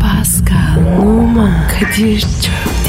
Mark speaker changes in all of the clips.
Speaker 1: Pascal, Oman, Kadir çok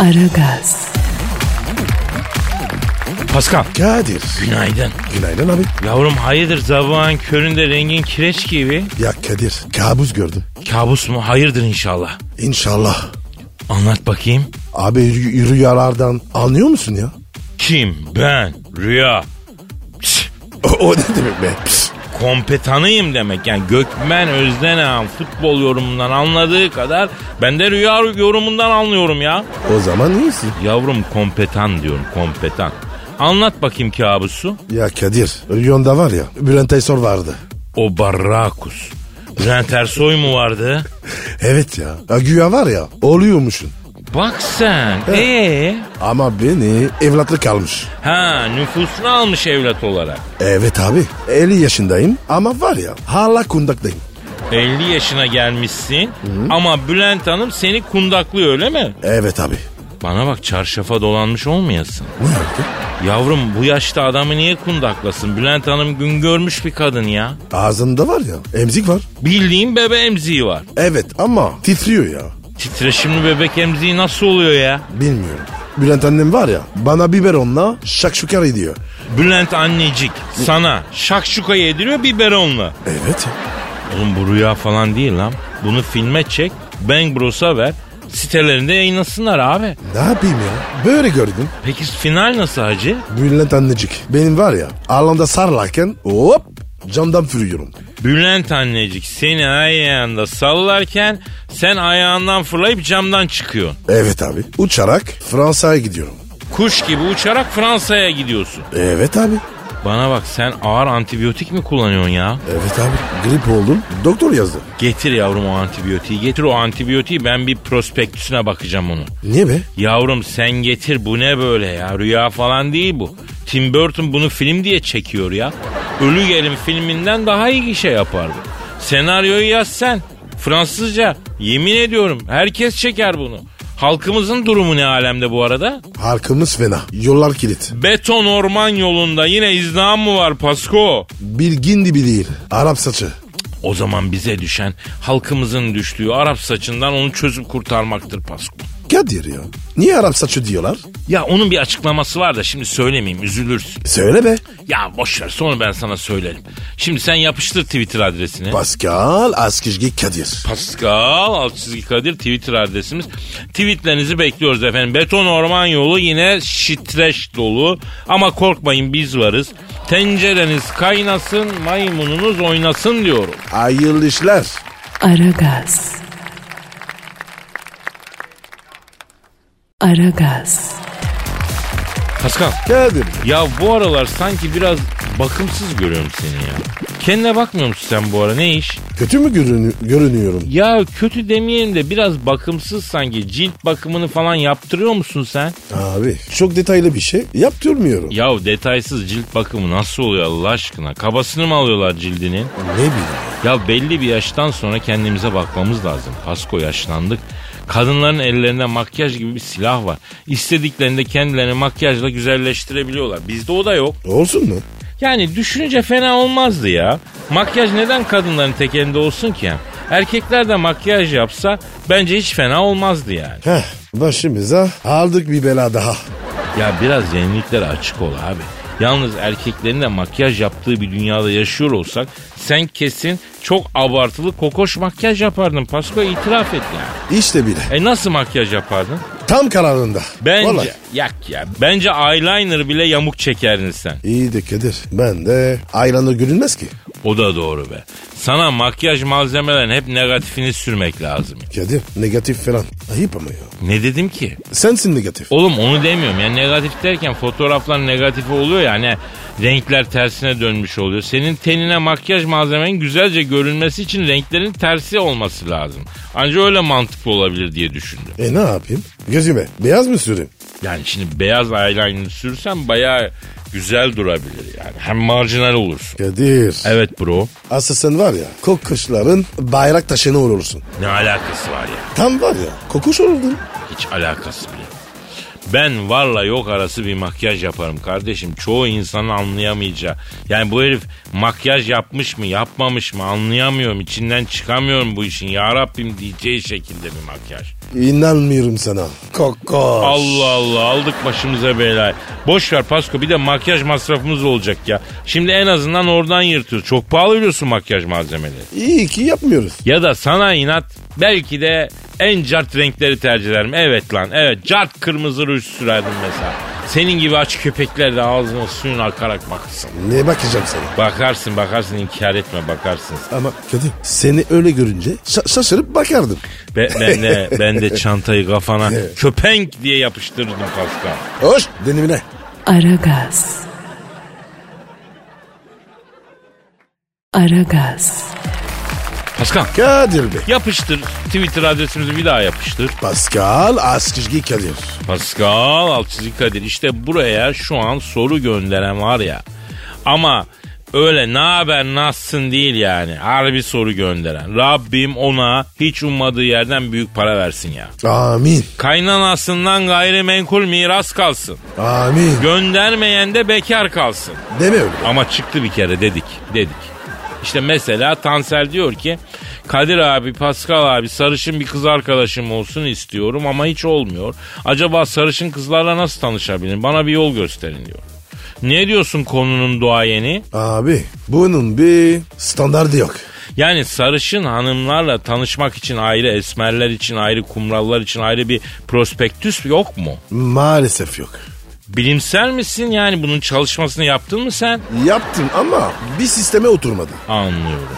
Speaker 1: Aragaz,
Speaker 2: Pascal.
Speaker 3: Kadir.
Speaker 2: Günaydın.
Speaker 3: Günaydın abi.
Speaker 2: Yavrum hayırdır sabahın köründe rengin kireç gibi.
Speaker 3: Ya Kadir kabus gördüm.
Speaker 2: Kabus mu? Hayırdır inşallah.
Speaker 3: İnşallah.
Speaker 2: Anlat bakayım.
Speaker 3: Abi rü- rüyalardan anlıyor musun ya?
Speaker 2: Kim? Ben. Rüya. Pişt,
Speaker 3: O, o ne demek be? Pişt.
Speaker 2: Kompetanıyım demek. Yani Gökmen Özden Ağam futbol yorumundan anladığı kadar ben de rüya yorumundan anlıyorum ya.
Speaker 3: O zaman iyisin.
Speaker 2: Yavrum kompetan diyorum kompetan. Anlat bakayım kabusu.
Speaker 3: Ya Kadir rüyanda var ya Bülent Aysor vardı.
Speaker 2: O Barrakus. Bülent Ersoy mu vardı?
Speaker 3: Evet ya. ya güya var ya oluyormuşsun.
Speaker 2: Bak sen. Ee?
Speaker 3: Ama beni evlatlık almış.
Speaker 2: Ha nüfusunu almış evlat olarak.
Speaker 3: Evet abi 50 yaşındayım ama var ya hala kundaktayım.
Speaker 2: 50 yaşına gelmişsin ama Bülent Hanım seni kundaklıyor öyle mi?
Speaker 3: Evet abi.
Speaker 2: Bana bak çarşafa dolanmış olmayasın.
Speaker 3: Ne yaptı?
Speaker 2: Yavrum bu yaşta adamı niye kundaklasın? Bülent Hanım gün görmüş bir kadın ya.
Speaker 3: Ağzında var ya emzik var.
Speaker 2: Bildiğin bebe emziği var.
Speaker 3: Evet ama titriyor ya.
Speaker 2: Titreşimli bebek emziği nasıl oluyor ya?
Speaker 3: Bilmiyorum. Bülent annem var ya bana biberonla şakşukar ediyor.
Speaker 2: Bülent annecik sana şakşuka yediriyor biberonla.
Speaker 3: Evet.
Speaker 2: Oğlum bu rüya falan değil lan. Bunu filme çek, Bang Bros'a ver. Sitelerinde yayınlasınlar abi.
Speaker 3: Ne yapayım ya? Böyle gördüm.
Speaker 2: Peki final nasıl hacı?
Speaker 3: Bülent annecik. Benim var ya alanda sarlarken hop camdan fırlıyorum.
Speaker 2: Bülent annecik seni ayağında sallarken sen ayağından fırlayıp camdan çıkıyorsun.
Speaker 3: Evet abi. Uçarak Fransa'ya gidiyorum.
Speaker 2: Kuş gibi uçarak Fransa'ya gidiyorsun.
Speaker 3: Evet abi.
Speaker 2: Bana bak sen ağır antibiyotik mi kullanıyorsun ya?
Speaker 3: Evet abi. Grip oldum. Doktor yazdı.
Speaker 2: Getir yavrum o antibiyotiği. Getir o antibiyotiği ben bir prospektüsüne bakacağım onu.
Speaker 3: Niye be?
Speaker 2: Yavrum sen getir bu ne böyle ya rüya falan değil bu. Tim Burton bunu film diye çekiyor ya. Ölü Gelin filminden daha iyi gişe yapar bu. Senaryoyu yaz sen. Fransızca. Yemin ediyorum herkes çeker bunu. Halkımızın durumu ne alemde bu arada?
Speaker 3: Halkımız fena. Yollar kilit.
Speaker 2: Beton orman yolunda yine izdiham mı var Pasko?
Speaker 3: Bilgin gibi değil. Arap saçı.
Speaker 2: O zaman bize düşen halkımızın düştüğü Arap saçından onu çözüp kurtarmaktır Pasko.
Speaker 3: Kadir ya. Niye Arap saçı diyorlar?
Speaker 2: Ya onun bir açıklaması var da şimdi söylemeyeyim üzülürsün.
Speaker 3: Söyle be.
Speaker 2: Ya boş ver sonra ben sana söylerim. Şimdi sen yapıştır Twitter adresini.
Speaker 3: Pascal Askizgi Kadir.
Speaker 2: Pascal alt çizgi Kadir Twitter adresimiz. Tweetlerinizi bekliyoruz efendim. Beton Orman Yolu yine şitreş dolu. Ama korkmayın biz varız. Tencereniz kaynasın, maymununuz oynasın diyorum.
Speaker 3: Hayırlı işler.
Speaker 1: Aragaz. Aragaz,
Speaker 2: Pascal
Speaker 3: Kadir.
Speaker 2: ya bu aralar sanki biraz bakımsız görüyorum seni ya. Kendine bakmıyor musun sen bu ara ne iş?
Speaker 3: Kötü mü görünü- görünüyorum?
Speaker 2: Ya kötü demeyelim de biraz bakımsız sanki. Cilt bakımını falan yaptırıyor musun sen?
Speaker 3: Abi çok detaylı bir şey yaptırmıyorum.
Speaker 2: Yahu detaysız cilt bakımı nasıl oluyor Allah aşkına? Kabasını mı alıyorlar cildinin?
Speaker 3: Ne bileyim.
Speaker 2: Ya belli bir yaştan sonra kendimize bakmamız lazım. Pasko yaşlandık. Kadınların ellerinde makyaj gibi bir silah var. İstediklerinde kendilerini makyajla güzelleştirebiliyorlar. Bizde o da yok.
Speaker 3: Olsun mu?
Speaker 2: Yani düşününce fena olmazdı ya. Makyaj neden kadınların tek elinde olsun ki? Erkekler de makyaj yapsa bence hiç fena olmazdı yani.
Speaker 3: Heh başımıza aldık bir bela daha.
Speaker 2: Ya biraz yeniliklere açık ol abi. Yalnız erkeklerin de makyaj yaptığı bir dünyada yaşıyor olsak sen kesin çok abartılı kokoş makyaj yapardın. Pasko itiraf et yani.
Speaker 3: İşte bile.
Speaker 2: E nasıl makyaj yapardın?
Speaker 3: Tam kararında.
Speaker 2: Bence
Speaker 3: Vallahi.
Speaker 2: yak ya. Bence eyeliner bile yamuk çekerdin sen.
Speaker 3: İyi de Kadir. Ben de ayranı görünmez ki.
Speaker 2: O da doğru be. Sana makyaj malzemelerin hep negatifini sürmek lazım. ya.
Speaker 3: Kadir negatif falan. Ayıp ama ya.
Speaker 2: Ne dedim ki?
Speaker 3: Sensin negatif.
Speaker 2: Oğlum onu demiyorum. Yani negatif derken fotoğraflar negatifi oluyor yani renkler tersine dönmüş oluyor. Senin tenine makyaj malzemenin güzelce görünmesi için renklerin tersi olması lazım. Ancak öyle mantıklı olabilir diye düşündüm.
Speaker 3: E ne yapayım? Gözüme beyaz mı süreyim?
Speaker 2: Yani şimdi beyaz eyeliner sürsen bayağı güzel durabilir yani. Hem marjinal olursun.
Speaker 3: Kadir.
Speaker 2: Evet bro.
Speaker 3: Asıl sen var ya kokuşların bayrak taşını olursun.
Speaker 2: Ne alakası var ya?
Speaker 3: Tam var ya kokuş olurdun.
Speaker 2: Hiç alakası bile. yok. Ben varla yok arası bir makyaj yaparım kardeşim. Çoğu insanın anlayamayacağı. Yani bu herif makyaj yapmış mı yapmamış mı anlayamıyorum. İçinden çıkamıyorum bu işin. Ya Rabbim diyeceği şekilde bir makyaj.
Speaker 3: İnanmıyorum sana. Kokoş.
Speaker 2: Allah Allah aldık başımıza belayı. Boş ver Pasko bir de makyaj masrafımız olacak ya. Şimdi en azından oradan yırtıyoruz. Çok pahalı biliyorsun makyaj malzemeleri.
Speaker 3: İyi ki yapmıyoruz.
Speaker 2: Ya da sana inat belki de en cart renkleri tercih ederim. Evet lan evet cart kırmızı ruj sürerdim mesela. Senin gibi aç köpekler de ağzına suyun akarak baksın.
Speaker 3: Ne bakacağım sana?
Speaker 2: Bakarsın bakarsın inkar etme bakarsın.
Speaker 3: Ama Kadir seni öyle görünce şa- şaşırıp bakardım.
Speaker 2: Be- ben de, ben de çantayı kafana köpenk diye yapıştırdım Pascal.
Speaker 3: Hoş denimine.
Speaker 1: Aragaz. Aragaz.
Speaker 2: Pascal
Speaker 3: Kadir Bey.
Speaker 2: yapıştır Twitter adresimizi bir daha yapıştır.
Speaker 3: Pascal Askizgi Kadir.
Speaker 2: Pascal Altçizgi Kadir işte buraya şu an soru gönderen var ya. Ama öyle ne haber nasılsın değil yani. Harbi soru gönderen. Rabbim ona hiç ummadığı yerden büyük para versin ya.
Speaker 3: Amin.
Speaker 2: Kaynanasından gayrimenkul miras kalsın.
Speaker 3: Amin.
Speaker 2: Göndermeyen de bekar kalsın.
Speaker 3: Deme öyle.
Speaker 2: Ama çıktı bir kere dedik. Dedik. İşte mesela Tansel diyor ki Kadir abi, Pascal abi sarışın bir kız arkadaşım olsun istiyorum ama hiç olmuyor. Acaba sarışın kızlarla nasıl tanışabilirim? Bana bir yol gösterin diyor. Ne diyorsun konunun duayeni?
Speaker 3: Abi bunun bir standardı yok.
Speaker 2: Yani sarışın hanımlarla tanışmak için ayrı, esmerler için ayrı, kumrallar için ayrı bir prospektüs yok mu?
Speaker 3: Maalesef yok.
Speaker 2: Bilimsel misin yani bunun çalışmasını yaptın mı sen?
Speaker 3: Yaptım ama bir sisteme oturmadı.
Speaker 2: Anlıyorum.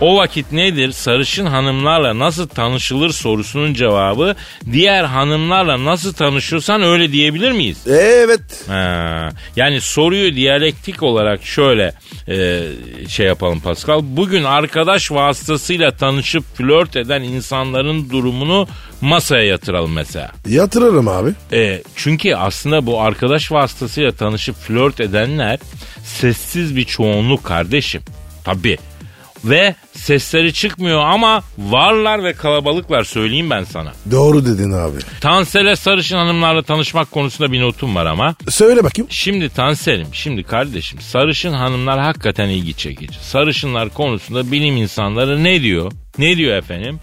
Speaker 2: O vakit nedir? Sarışın hanımlarla nasıl tanışılır sorusunun cevabı diğer hanımlarla nasıl tanışıyorsan öyle diyebilir miyiz?
Speaker 3: Evet.
Speaker 2: Ha, yani soruyu diyalektik olarak şöyle e, şey yapalım Pascal. Bugün arkadaş vasıtasıyla tanışıp flört eden insanların durumunu masaya yatıralım mesela.
Speaker 3: Yatırırım abi.
Speaker 2: E, çünkü aslında bu arkadaş vasıtasıyla tanışıp flört edenler sessiz bir çoğunluk kardeşim. Tabii. Ve sesleri çıkmıyor ama varlar ve kalabalıklar söyleyeyim ben sana.
Speaker 3: Doğru dedin abi.
Speaker 2: Tansel'e sarışın hanımlarla tanışmak konusunda bir notum var ama.
Speaker 3: Söyle bakayım.
Speaker 2: Şimdi Tansel'im, şimdi kardeşim sarışın hanımlar hakikaten ilgi çekici. Sarışınlar konusunda bilim insanları ne diyor? Ne diyor efendim?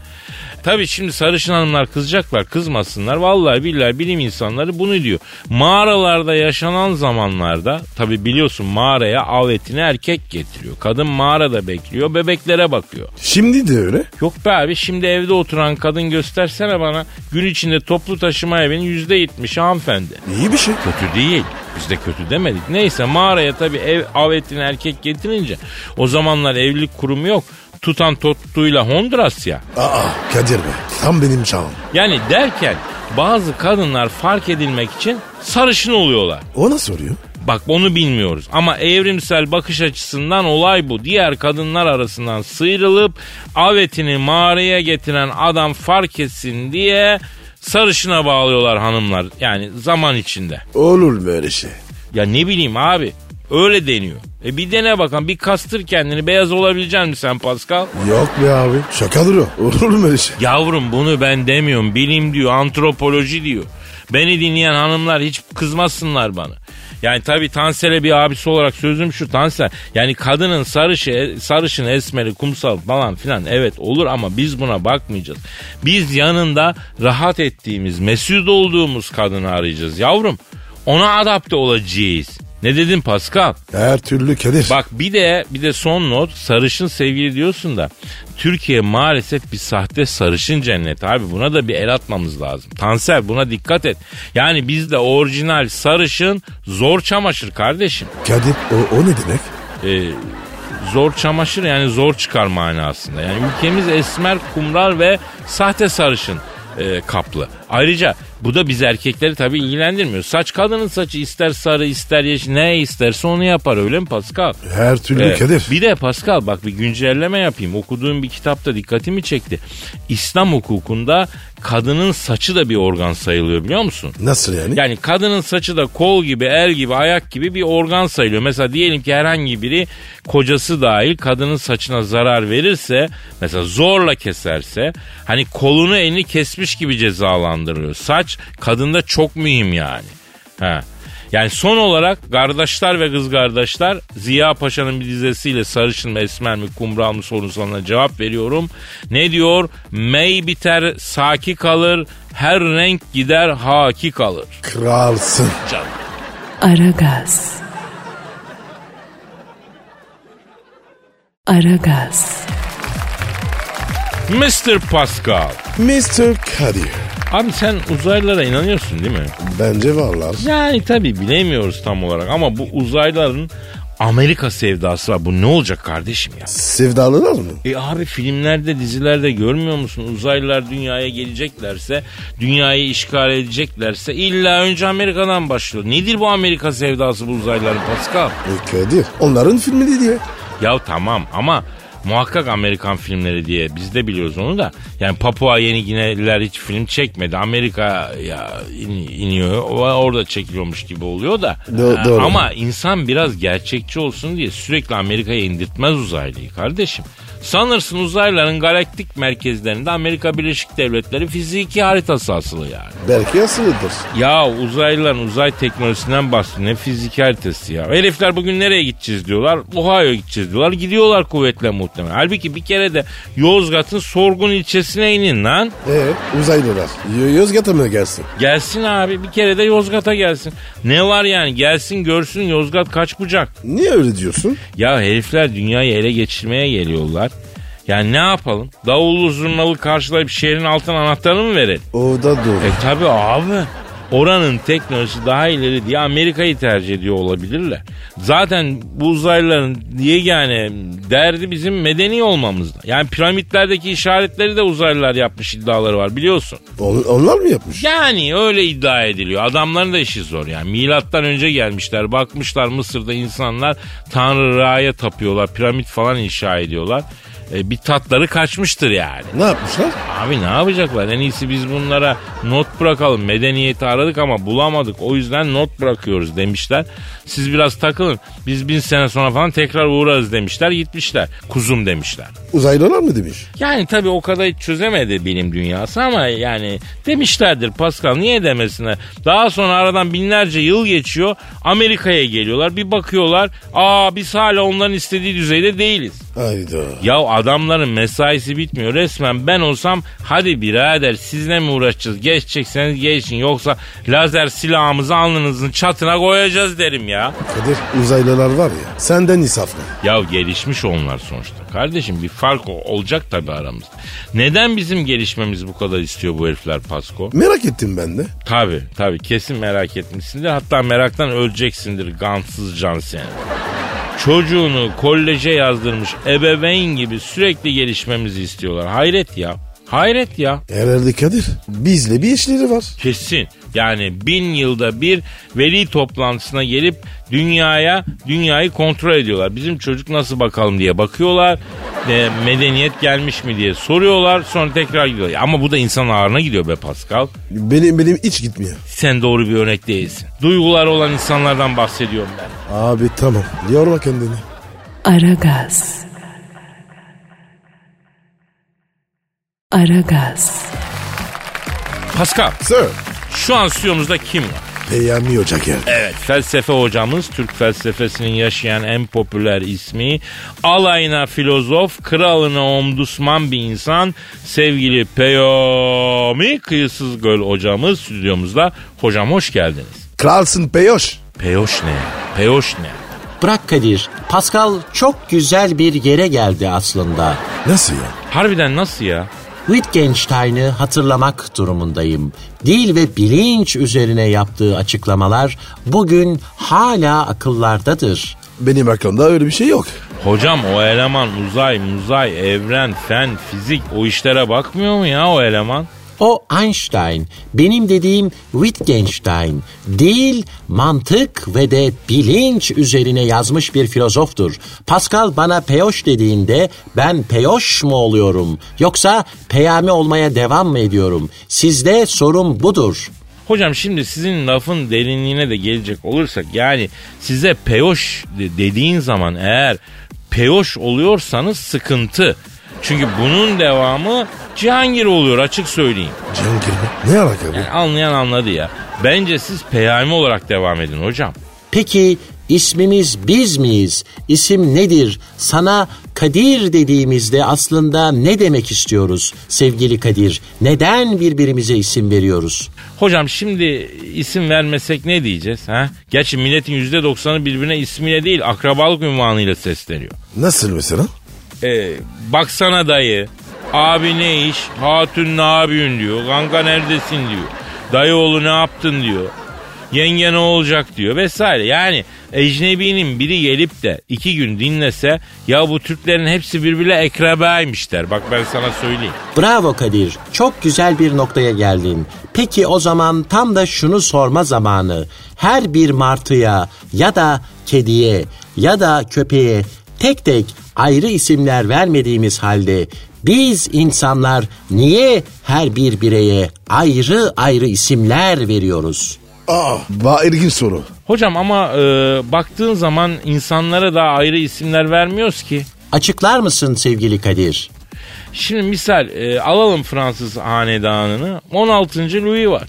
Speaker 2: Tabii şimdi sarışın hanımlar kızacaklar, kızmasınlar. Vallahi billahi bilim insanları bunu diyor. Mağaralarda yaşanan zamanlarda tabii biliyorsun mağaraya av etini erkek getiriyor. Kadın mağarada bekliyor, bebeklere bakıyor.
Speaker 3: Şimdi de öyle.
Speaker 2: Yok be abi şimdi evde oturan kadın göstersene bana. Gün içinde toplu taşıma evinin %70'i hanımefendi.
Speaker 3: İyi bir şey.
Speaker 2: Kötü değil. Biz de kötü demedik. Neyse mağaraya tabii ev, av ettiğini erkek getirince o zamanlar evlilik kurumu yok. Tutan tuttuğuyla Honduras ya.
Speaker 3: Aa Kadir Bey. Tam benim çağım.
Speaker 2: Yani derken bazı kadınlar fark edilmek için sarışın oluyorlar.
Speaker 3: O nasıl oluyor?
Speaker 2: Bak onu bilmiyoruz ama evrimsel bakış açısından olay bu. Diğer kadınlar arasından sıyrılıp avetini mağaraya getiren adam fark etsin diye sarışına bağlıyorlar hanımlar. Yani zaman içinde.
Speaker 3: Olur böyle şey.
Speaker 2: Ya ne bileyim abi. Öyle deniyor. E bir dene bakalım. Bir kastır kendini. Beyaz olabilecek misin sen Pascal?
Speaker 3: Yok be abi. Şakadır o. Olur mu öyle şey?
Speaker 2: Yavrum bunu ben demiyorum. Bilim diyor. Antropoloji diyor. Beni dinleyen hanımlar hiç kızmasınlar bana. Yani tabii Tansel'e bir abisi olarak sözüm şu Tansel. Yani kadının sarışı, sarışın esmeri, kumsal falan filan evet olur ama biz buna bakmayacağız. Biz yanında rahat ettiğimiz, mesut olduğumuz kadını arayacağız yavrum. Ona adapte olacağız. Ne dedin Pascal?
Speaker 3: Her türlü Kadir.
Speaker 2: Bak bir de bir de son not sarışın sevgili diyorsun da Türkiye maalesef bir sahte sarışın cenneti abi buna da bir el atmamız lazım. Tanser buna dikkat et. Yani bizde orijinal sarışın zor çamaşır kardeşim.
Speaker 3: Kadir o, o ne demek?
Speaker 2: Ee, Zor çamaşır yani zor çıkar manasında. Yani ülkemiz esmer, kumral ve sahte sarışın e, kaplı. Ayrıca bu da biz erkekleri tabii ilgilendirmiyor. Saç kadının saçı ister sarı ister yeşil ne isterse onu yapar öyle mi Pascal?
Speaker 3: Her türlü
Speaker 2: Evet.
Speaker 3: Kadir.
Speaker 2: Bir de Pascal bak bir güncelleme yapayım. Okuduğum bir kitapta dikkatimi çekti. İslam hukukunda kadının saçı da bir organ sayılıyor biliyor musun?
Speaker 3: Nasıl yani?
Speaker 2: Yani kadının saçı da kol gibi, el gibi, ayak gibi bir organ sayılıyor. Mesela diyelim ki herhangi biri kocası dahil kadının saçına zarar verirse, mesela zorla keserse hani kolunu elini kesmiş gibi cezalandırılıyor. Saç kadında çok mühim yani. Ha. Yani son olarak kardeşler ve kız kardeşler Ziya Paşa'nın bir dizesiyle sarışın mı esmer mi kumral mı sorusuna cevap veriyorum. Ne diyor? Mey biter saki kalır her renk gider haki kalır.
Speaker 3: Kralsın.
Speaker 2: Can.
Speaker 1: Aragaz. Aragaz.
Speaker 2: Mr. Pascal.
Speaker 3: Mr. Kadir.
Speaker 2: Abi sen uzaylılara inanıyorsun değil mi?
Speaker 3: Bence varlar.
Speaker 2: Yani tabii bilemiyoruz tam olarak ama bu uzaylıların Amerika sevdası var. Bu ne olacak kardeşim ya?
Speaker 3: Sevdalılar mı?
Speaker 2: E abi filmlerde dizilerde görmüyor musun? Uzaylılar dünyaya geleceklerse, dünyayı işgal edeceklerse illa önce Amerika'dan başlıyor. Nedir bu Amerika sevdası bu uzaylıların Pascal?
Speaker 3: E Kadir. Onların filmi diye.
Speaker 2: Ya tamam ama muhakkak Amerikan filmleri diye biz de biliyoruz onu da. Yani Papua Yeni Gineliler hiç film çekmedi. Amerika ya in- iniyor o- orada çekiliyormuş gibi oluyor da.
Speaker 3: Do-
Speaker 2: Ha,
Speaker 3: doğru.
Speaker 2: Ama insan biraz gerçekçi olsun diye sürekli Amerika'ya indirtmez uzaylıyı kardeşim. Sanırsın uzaylıların galaktik merkezlerinde Amerika Birleşik Devletleri fiziki haritası asılı yani.
Speaker 3: Belki asılıdır.
Speaker 2: Ya uzaylıların uzay teknolojisinden bahsediyor. Ne fiziki haritası ya. Herifler bugün nereye gideceğiz diyorlar. Ohio'ya gideceğiz diyorlar. Gidiyorlar kuvvetle muhtemelen. Halbuki bir kere de Yozgat'ın Sorgun ilçesine inin lan.
Speaker 3: E uzaylılar. Y- Yozgat'a mı gelsin?
Speaker 2: Gelsin abi bir kere de Yozgat'a gelsin. Ne var yani gelsin görsün Yozgat kaç kucak.
Speaker 3: Niye öyle diyorsun?
Speaker 2: Ya herifler dünyayı ele geçirmeye geliyorlar. Yani ne yapalım? Davullu zurnalı karşılayıp şehrin altına anahtarını mı verelim?
Speaker 3: O da doğru.
Speaker 2: E tabi abi. Oranın teknolojisi daha ileri diye Amerika'yı tercih ediyor olabilirler. Zaten bu uzaylıların diye yani derdi bizim medeni olmamızda. Yani piramitlerdeki işaretleri de uzaylılar yapmış iddiaları var biliyorsun.
Speaker 3: On- onlar mı yapmış?
Speaker 2: Yani öyle iddia ediliyor. Adamların da işi zor yani. Milattan önce gelmişler. Bakmışlar Mısır'da insanlar Tanrı Ra'ya tapıyorlar. Piramit falan inşa ediyorlar. E, bir tatları kaçmıştır yani.
Speaker 3: Ne yapmışlar?
Speaker 2: Abi ne yapacaklar? En iyisi biz bunlara not bırakalım. Medeniyeti aradık ama bulamadık. O yüzden not bırakıyoruz demişler. Siz biraz takılın. Biz bin sene sonra falan tekrar uğrarız demişler. Gitmişler. Kuzum demişler.
Speaker 3: Uzaylılar mı demiş?
Speaker 2: Yani tabii o kadar hiç çözemedi bilim dünyası ama yani demişlerdir Pascal niye demesinler. Daha sonra aradan binlerce yıl geçiyor. Amerika'ya geliyorlar. Bir bakıyorlar. Aa biz hala onların istediği düzeyde değiliz.
Speaker 3: Hayda.
Speaker 2: Ya adamların mesaisi bitmiyor resmen ben olsam hadi birader sizle mi uğraşacağız geçecekseniz geçin yoksa lazer silahımızı alnınızın çatına koyacağız derim ya.
Speaker 3: Kadir uzaylılar var ya senden insaflı.
Speaker 2: Ya gelişmiş onlar sonuçta kardeşim bir fark o- olacak tabii aramızda. Neden bizim gelişmemiz bu kadar istiyor bu herifler Pasko?
Speaker 3: Merak ettim ben de.
Speaker 2: Tabii tabii kesin merak etmişsindir hatta meraktan öleceksindir gansız can seni. Çocuğunu koleje yazdırmış ebeveyn gibi sürekli gelişmemizi istiyorlar. Hayret ya. Hayret ya.
Speaker 3: Herhalde Kadir bizle bir işleri var.
Speaker 2: Kesin. Yani bin yılda bir veli toplantısına gelip dünyaya dünyayı kontrol ediyorlar. Bizim çocuk nasıl bakalım diye bakıyorlar. E, medeniyet gelmiş mi diye soruyorlar. Sonra tekrar gidiyor. Ama bu da insan ağrına gidiyor be Pascal.
Speaker 3: Benim benim hiç gitmiyor.
Speaker 2: Sen doğru bir örnek değilsin. Duyguları olan insanlardan bahsediyorum ben.
Speaker 3: Abi tamam yorma kendini.
Speaker 1: Aragaz. Aragaz.
Speaker 2: Pascal
Speaker 3: Sir.
Speaker 2: şu an stüdyomuzda kim var?
Speaker 3: Peyami Hoca geldi.
Speaker 2: Evet felsefe hocamız Türk felsefesinin yaşayan en popüler ismi alayına filozof kralına omdusman bir insan sevgili Peyami Kıyısız Göl hocamız stüdyomuzda hocam hoş geldiniz.
Speaker 3: Kralsın Peyoş.
Speaker 2: Peyoş ne? Peyoş ne?
Speaker 4: Bırak Kadir. Pascal çok güzel bir yere geldi aslında.
Speaker 3: Nasıl ya?
Speaker 2: Harbiden nasıl ya?
Speaker 4: Wittgenstein'ı hatırlamak durumundayım. Dil ve bilinç üzerine yaptığı açıklamalar bugün hala akıllardadır.
Speaker 3: benim aklımda öyle bir şey yok.
Speaker 2: Hocam o eleman uzay, muzay, evren, fen, fizik o işlere bakmıyor mu ya o eleman?
Speaker 4: O Einstein, benim dediğim Wittgenstein, değil mantık ve de bilinç üzerine yazmış bir filozoftur. Pascal bana peyoş dediğinde ben peyoş mu oluyorum yoksa peyami olmaya devam mı ediyorum? Sizde sorum budur.
Speaker 2: Hocam şimdi sizin lafın derinliğine de gelecek olursak yani size peyoş de- dediğin zaman eğer peyoş oluyorsanız sıkıntı. Çünkü bunun devamı Cihangir oluyor açık söyleyeyim.
Speaker 3: Cihangir mi? Ne alaka bu?
Speaker 2: Yani anlayan anladı ya. Bence siz peyami olarak devam edin hocam.
Speaker 4: Peki ismimiz biz miyiz? İsim nedir? Sana Kadir dediğimizde aslında ne demek istiyoruz sevgili Kadir? Neden birbirimize isim veriyoruz?
Speaker 2: Hocam şimdi isim vermesek ne diyeceğiz? Ha? Gerçi milletin %90'ı birbirine ismiyle değil akrabalık ünvanıyla sesleniyor.
Speaker 3: Nasıl mesela?
Speaker 2: Ee, baksana dayı. Abi ne iş? Hatun ne yapıyorsun diyor. Kanka neredesin diyor. Dayı oğlu ne yaptın diyor. Yenge ne olacak diyor vesaire. Yani ecnebinin biri gelip de iki gün dinlese ya bu Türklerin hepsi birbirine ekrabaymış der. Bak ben sana söyleyeyim.
Speaker 4: Bravo Kadir. Çok güzel bir noktaya geldin. Peki o zaman tam da şunu sorma zamanı. Her bir martıya ya da kediye ya da köpeğe tek tek ayrı isimler vermediğimiz halde biz insanlar niye her bir bireye ayrı ayrı isimler veriyoruz?
Speaker 3: Aa, ba ilginç soru.
Speaker 2: Hocam ama e, baktığın zaman insanlara da ayrı isimler vermiyoruz ki.
Speaker 4: Açıklar mısın sevgili Kadir?
Speaker 2: Şimdi misal e, alalım Fransız hanedanını. 16. Louis var.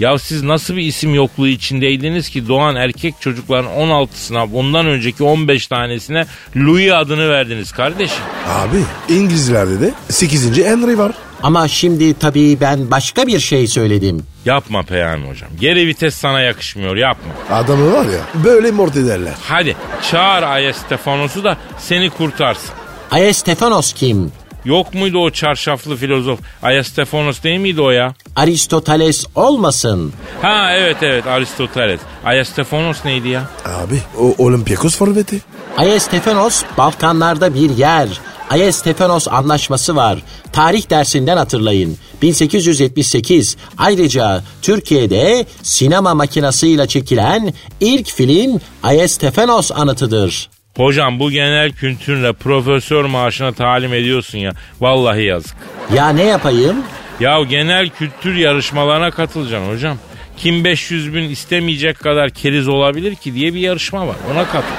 Speaker 2: Ya siz nasıl bir isim yokluğu içindeydiniz ki doğan erkek çocukların 16'sına ondan önceki 15 tanesine Louis adını verdiniz kardeşim.
Speaker 3: Abi İngilizlerde de 8. Henry var.
Speaker 4: Ama şimdi tabii ben başka bir şey söyledim.
Speaker 2: Yapma Peyami hocam. Geri vites sana yakışmıyor yapma.
Speaker 3: Adamı var ya böyle mort ederler.
Speaker 2: Hadi çağır Aya Stefanos'u da seni kurtarsın.
Speaker 4: Aya Stefanos kim?
Speaker 2: Yok muydu o çarşaflı filozof? Aya Stefanos değil miydi o ya?
Speaker 4: Aristoteles olmasın.
Speaker 2: Ha evet evet Aristoteles. Aya Stefanos neydi ya?
Speaker 3: Abi o Olympiakos forveti.
Speaker 4: Aya Stefanos Balkanlarda bir yer. Aya Stefanos anlaşması var. Tarih dersinden hatırlayın. 1878 ayrıca Türkiye'de sinema makinasıyla çekilen ilk film Aya Stefanos anıtıdır.
Speaker 2: Hocam bu genel kültürle profesör maaşına talim ediyorsun ya. Vallahi yazık.
Speaker 4: Ya ne yapayım?
Speaker 2: Ya genel kültür yarışmalarına katılacaksın hocam. Kim 500 bin istemeyecek kadar keriz olabilir ki diye bir yarışma var. Ona katıl.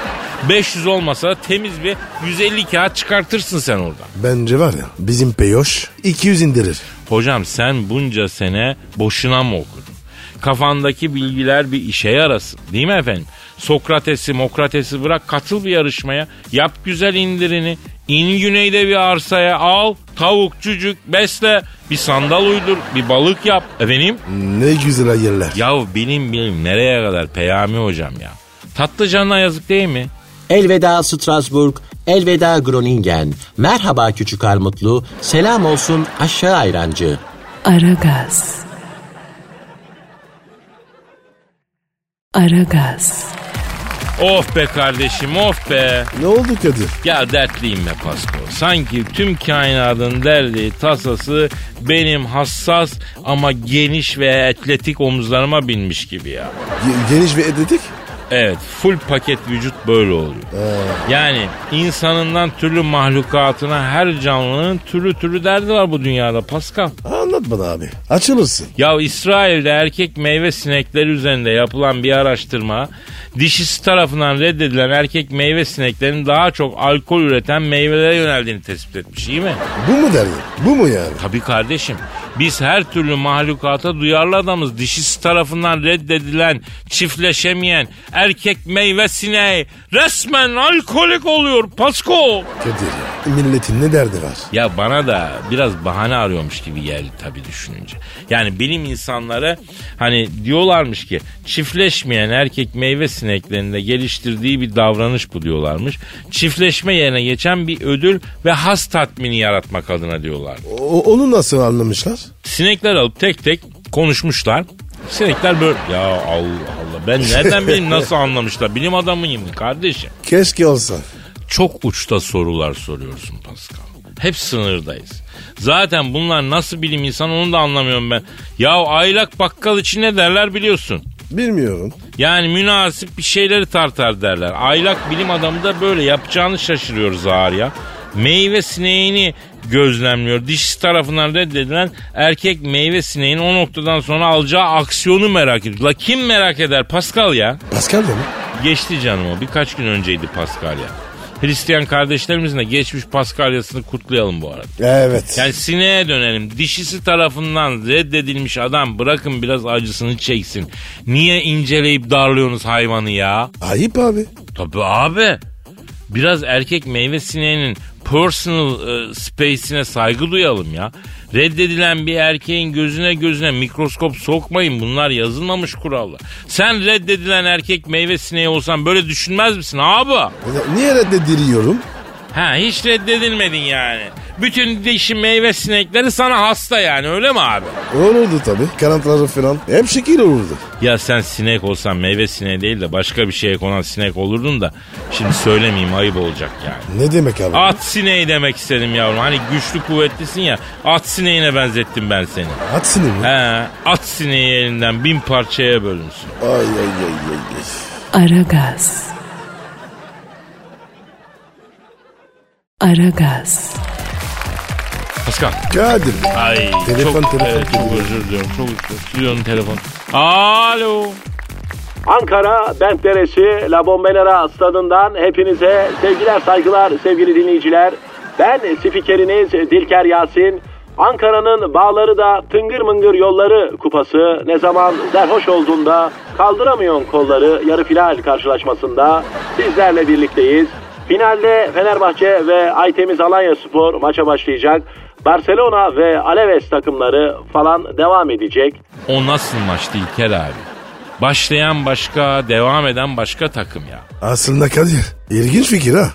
Speaker 2: 500 olmasa da temiz bir 150 kağıt çıkartırsın sen oradan.
Speaker 3: Bence var ya bizim peyoş 200 indirir.
Speaker 2: Hocam sen bunca sene boşuna mı okudun? Kafandaki bilgiler bir işe yarasın değil mi efendim? Sokrates'i mokratesi bırak katıl bir yarışmaya. Yap güzel indirini. İn güneyde bir arsaya al. Tavuk cücük besle. Bir sandal uydur. Bir balık yap. Efendim?
Speaker 3: Ne güzel yerler.
Speaker 2: Yahu bilim bilim nereye kadar Peyami hocam ya? Tatlı canına yazık değil mi?
Speaker 4: Elveda Strasbourg, elveda Groningen. Merhaba küçük armutlu, selam olsun aşağı ayrancı.
Speaker 1: Aragaz. Aragaz.
Speaker 2: Of be kardeşim of be.
Speaker 3: Ne oldu Kadir?
Speaker 2: Ya dertliyim be Pasko. Sanki tüm kainatın derdi, tasası benim hassas ama geniş ve atletik omuzlarıma binmiş gibi ya.
Speaker 3: Ge- geniş ve atletik.
Speaker 2: Evet, full paket vücut böyle oluyor. Yani insanından türlü mahlukatına her canlının türlü türlü derdi var bu dünyada Pascal.
Speaker 3: Anlat bana abi. Açılırsın.
Speaker 2: Ya İsrail'de erkek meyve sinekleri üzerinde yapılan bir araştırma dişisi tarafından reddedilen erkek meyve sineklerinin daha çok alkol üreten meyvelere yöneldiğini tespit etmiş iyi mi?
Speaker 3: Bu mu derdi? Bu mu yani?
Speaker 2: Tabii kardeşim biz her türlü mahlukata duyarlı adamız. Dişisi tarafından reddedilen, çiftleşemeyen erkek meyve sineği resmen alkolik oluyor Pasko.
Speaker 3: Kadir ya. Milletin ne derdi var?
Speaker 2: Ya bana da biraz bahane arıyormuş gibi geldi tabii düşününce. Yani bilim insanları hani diyorlarmış ki çiftleşmeyen erkek meyve sineklerinde geliştirdiği bir davranış bu diyorlarmış. Çiftleşme yerine geçen bir ödül ve has tatmini yaratmak adına diyorlar.
Speaker 3: O- onu nasıl anlamışlar?
Speaker 2: Sinekler alıp tek tek konuşmuşlar. Sinekler böyle ya Allah Allah Ben nereden bileyim nasıl anlamışlar? Bilim adamıyım kardeşim.
Speaker 3: Keşke olsa.
Speaker 2: Çok uçta sorular soruyorsun Pascal. Hep sınırdayız. Zaten bunlar nasıl bilim insanı onu da anlamıyorum ben. Ya aylak bakkal için ne derler biliyorsun.
Speaker 3: Bilmiyorum.
Speaker 2: Yani münasip bir şeyleri tartar derler. Aylak bilim adamı da böyle yapacağını şaşırıyor zar ya. Meyve sineğini gözlemliyor. Dişisi tarafından reddedilen erkek meyve sineğinin o noktadan sonra alacağı aksiyonu merak ediyor. La kim merak eder Pascal ya?
Speaker 3: Pascal da mı?
Speaker 2: Geçti canım o birkaç gün önceydi Pascal ya. Hristiyan kardeşlerimizin de geçmiş Paskalyasını kutlayalım bu arada.
Speaker 3: Evet.
Speaker 2: Yani sineğe dönelim. Dişisi tarafından reddedilmiş adam bırakın biraz acısını çeksin. Niye inceleyip darlıyorsunuz hayvanı ya?
Speaker 3: Ayıp abi.
Speaker 2: Tabii abi. Biraz erkek meyve sineğinin personal e, space'ine saygı duyalım ya. Reddedilen bir erkeğin gözüne gözüne mikroskop sokmayın. Bunlar yazılmamış kurallar. Sen reddedilen erkek meyve sineği olsan böyle düşünmez misin abi?
Speaker 3: Niye reddediliyorum?
Speaker 2: Ha hiç reddedilmedin yani. Bütün dişi meyve sinekleri sana hasta yani öyle mi abi?
Speaker 3: Olurdu tabii. Kanatları falan. Hep şekil olurdu.
Speaker 2: Ya sen sinek olsan meyve sineği değil de başka bir şeye konan sinek olurdun da şimdi söylemeyeyim ayıp olacak yani.
Speaker 3: Ne demek abi?
Speaker 2: At sineği demek istedim yavrum. Hani güçlü kuvvetlisin ya. At sineğine benzettim ben seni.
Speaker 3: At sinir mi?
Speaker 2: He, at sineği elinden bin parçaya bölünsün.
Speaker 3: Ay ay ay ay. ay.
Speaker 1: Aragaz. Aragaz.
Speaker 2: Pascal.
Speaker 3: Kadir.
Speaker 2: Ay,
Speaker 3: Telefon,
Speaker 2: çok,
Speaker 3: telefon,
Speaker 2: evet, çok
Speaker 3: telefon.
Speaker 2: özür diliyorum. Çok özür diliyorum. Stüdyonun telefonu. Alo.
Speaker 5: Ankara, Bent Deresi, La Bombonera stadından hepinize sevgiler, saygılar sevgili dinleyiciler. Ben spikeriniz Dilker Yasin. Ankara'nın bağları da tıngır mıngır yolları kupası ne zaman derhoş olduğunda kaldıramıyorsun kolları yarı final karşılaşmasında sizlerle birlikteyiz. Finalde Fenerbahçe ve Aytemiz Alanya Spor maça başlayacak. Barcelona ve Alaves takımları falan devam edecek.
Speaker 2: O nasıl maçtı İlker abi? Başlayan başka, devam eden başka takım ya.
Speaker 3: Aslında Kadir. İlginç fikir ha.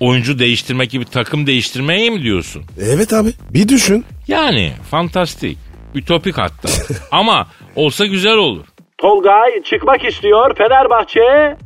Speaker 2: Oyuncu değiştirmek gibi takım değiştirmeye mi diyorsun?
Speaker 3: Evet abi. Bir düşün.
Speaker 2: Yani fantastik. Ütopik hatta. Ama olsa güzel olur.
Speaker 5: Tolgay çıkmak istiyor Fenerbahçe.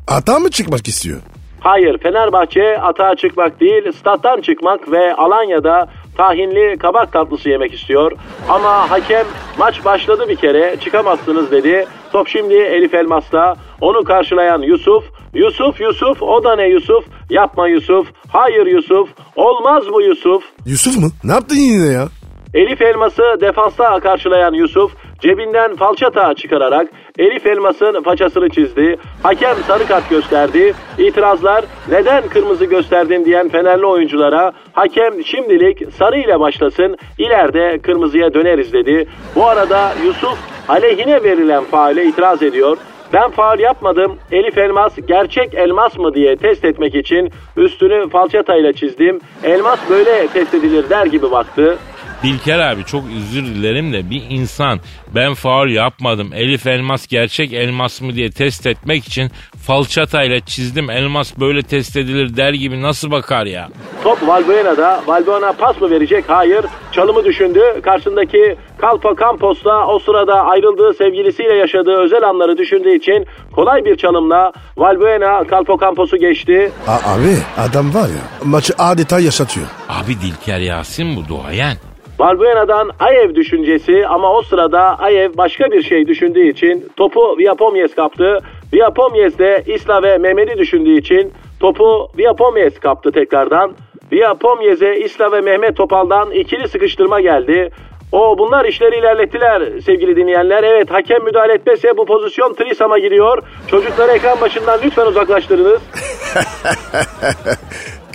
Speaker 3: Ata mı çıkmak istiyor?
Speaker 5: Hayır Fenerbahçe atağa çıkmak değil stat'tan çıkmak ve Alanya'da tahinli kabak tatlısı yemek istiyor. Ama hakem maç başladı bir kere çıkamazsınız dedi. Top şimdi Elif Elmas'ta onu karşılayan Yusuf. Yusuf Yusuf o da ne Yusuf? Yapma Yusuf. Hayır Yusuf. Olmaz bu Yusuf.
Speaker 3: Yusuf mu? Ne yaptın yine ya?
Speaker 5: Elif Elmas'ı defansta karşılayan Yusuf cebinden falçata çıkararak Elif Elmas'ın façasını çizdi. Hakem sarı kart gösterdi. İtirazlar neden kırmızı gösterdin diyen Fenerli oyunculara hakem şimdilik sarı ile başlasın ileride kırmızıya döneriz dedi. Bu arada Yusuf aleyhine verilen faale itiraz ediyor. Ben faal yapmadım. Elif Elmas gerçek elmas mı diye test etmek için üstünü falçatayla çizdim. Elmas böyle test edilir der gibi baktı.
Speaker 2: Dilker abi çok özür dilerim de bir insan ben faul yapmadım Elif elmas gerçek elmas mı diye test etmek için falçatayla çizdim elmas böyle test edilir der gibi nasıl bakar ya?
Speaker 5: Top Valbuena'da. Valbuena pas mı verecek? Hayır. Çalımı düşündü. Karşındaki Kalpa Campos'la o sırada ayrıldığı sevgilisiyle yaşadığı özel anları düşündüğü için kolay bir çalımla Valbuena Kalpa Campos'u geçti.
Speaker 3: A abi adam var ya maçı adeta yaşatıyor.
Speaker 2: Abi Dilker Yasin bu duayen.
Speaker 5: Valbuena'dan Ayev düşüncesi ama o sırada Ayev başka bir şey düşündüğü için topu Viapomies kaptı. Viapomies de İsla ve Mehmet'i düşündüğü için topu Viapomies kaptı tekrardan. Viapomies'e İsla ve Mehmet Topal'dan ikili sıkıştırma geldi. O bunlar işleri ilerlettiler sevgili dinleyenler. Evet hakem müdahale etmezse bu pozisyon Trisam'a giriyor. Çocukları ekran başından lütfen uzaklaştırınız.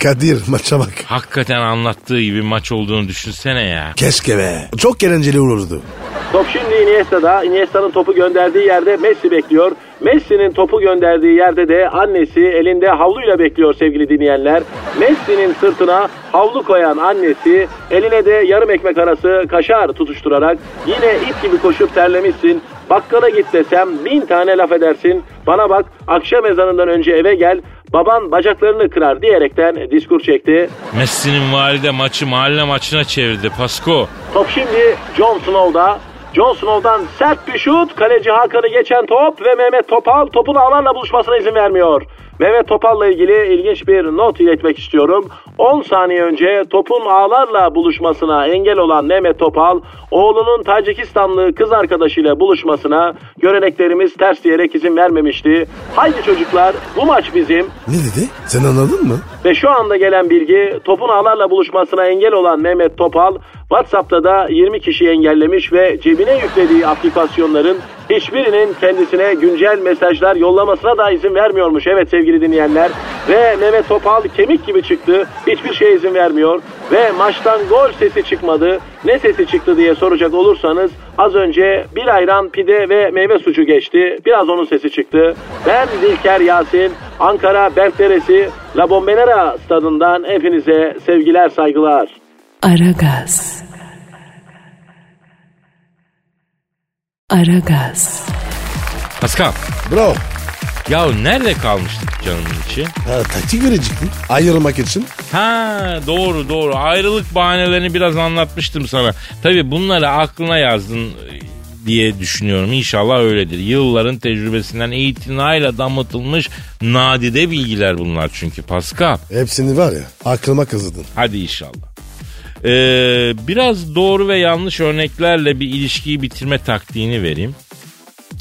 Speaker 3: Kadir maça bak.
Speaker 2: Hakikaten anlattığı gibi maç olduğunu düşünsene ya.
Speaker 3: Keşke be. Çok eğlenceli olurdu.
Speaker 5: Top şimdi Iniesta'da. Iniesta'nın topu gönderdiği yerde Messi bekliyor. Messi'nin topu gönderdiği yerde de annesi elinde havluyla bekliyor sevgili dinleyenler. Messi'nin sırtına havlu koyan annesi eline de yarım ekmek arası kaşar tutuşturarak yine it gibi koşup terlemişsin. Bakkala git desem bin tane laf edersin. Bana bak akşam ezanından önce eve gel baban bacaklarını kırar diyerekten diskur çekti.
Speaker 2: Messi'nin valide maçı mahalle maçına çevirdi Pasko.
Speaker 5: Top şimdi John Snow'da. John Snow'dan sert bir şut. Kaleci Hakan'ı geçen top ve Mehmet Topal topun ağlarla buluşmasına izin vermiyor. Mehmet Topal'la ilgili ilginç bir not iletmek istiyorum. 10 saniye önce topun ağlarla buluşmasına engel olan Mehmet Topal, oğlunun Tacikistanlı kız arkadaşıyla buluşmasına göreneklerimiz ters diyerek izin vermemişti. Haydi çocuklar bu maç bizim
Speaker 3: Ne dedi? Sen anladın mı?
Speaker 5: ve şu anda gelen bilgi topun ağlarla buluşmasına engel olan Mehmet Topal WhatsApp'ta da 20 kişiyi engellemiş ve cebine yüklediği aplikasyonların hiçbirinin kendisine güncel mesajlar yollamasına da izin vermiyormuş. Evet sevgili dinleyenler ve Mehmet Topal kemik gibi çıktı. Hiçbir şeye izin vermiyor ve maçtan gol sesi çıkmadı. Ne sesi çıktı diye soracak olursanız az önce bir ayran pide ve meyve sucu geçti. Biraz onun sesi çıktı. Ben Dilker Yasin, Ankara Berkderesi La Bombonera stadından hepinize sevgiler saygılar.
Speaker 1: Aragaz. Aragaz.
Speaker 2: Pascal.
Speaker 3: Bro.
Speaker 2: Ya nerede kalmıştık canım içi?
Speaker 3: Ha, taktik verecektin. Ayırmak için.
Speaker 2: Ha doğru doğru ayrılık bahanelerini biraz anlatmıştım sana. Tabi bunları aklına yazdın e, diye düşünüyorum. İnşallah öyledir. Yılların tecrübesinden itinayla damıtılmış nadide bilgiler bunlar çünkü Pascal.
Speaker 3: Hepsini var ya aklıma kazıdın.
Speaker 2: Hadi inşallah. Ee, biraz doğru ve yanlış örneklerle bir ilişkiyi bitirme taktiğini vereyim.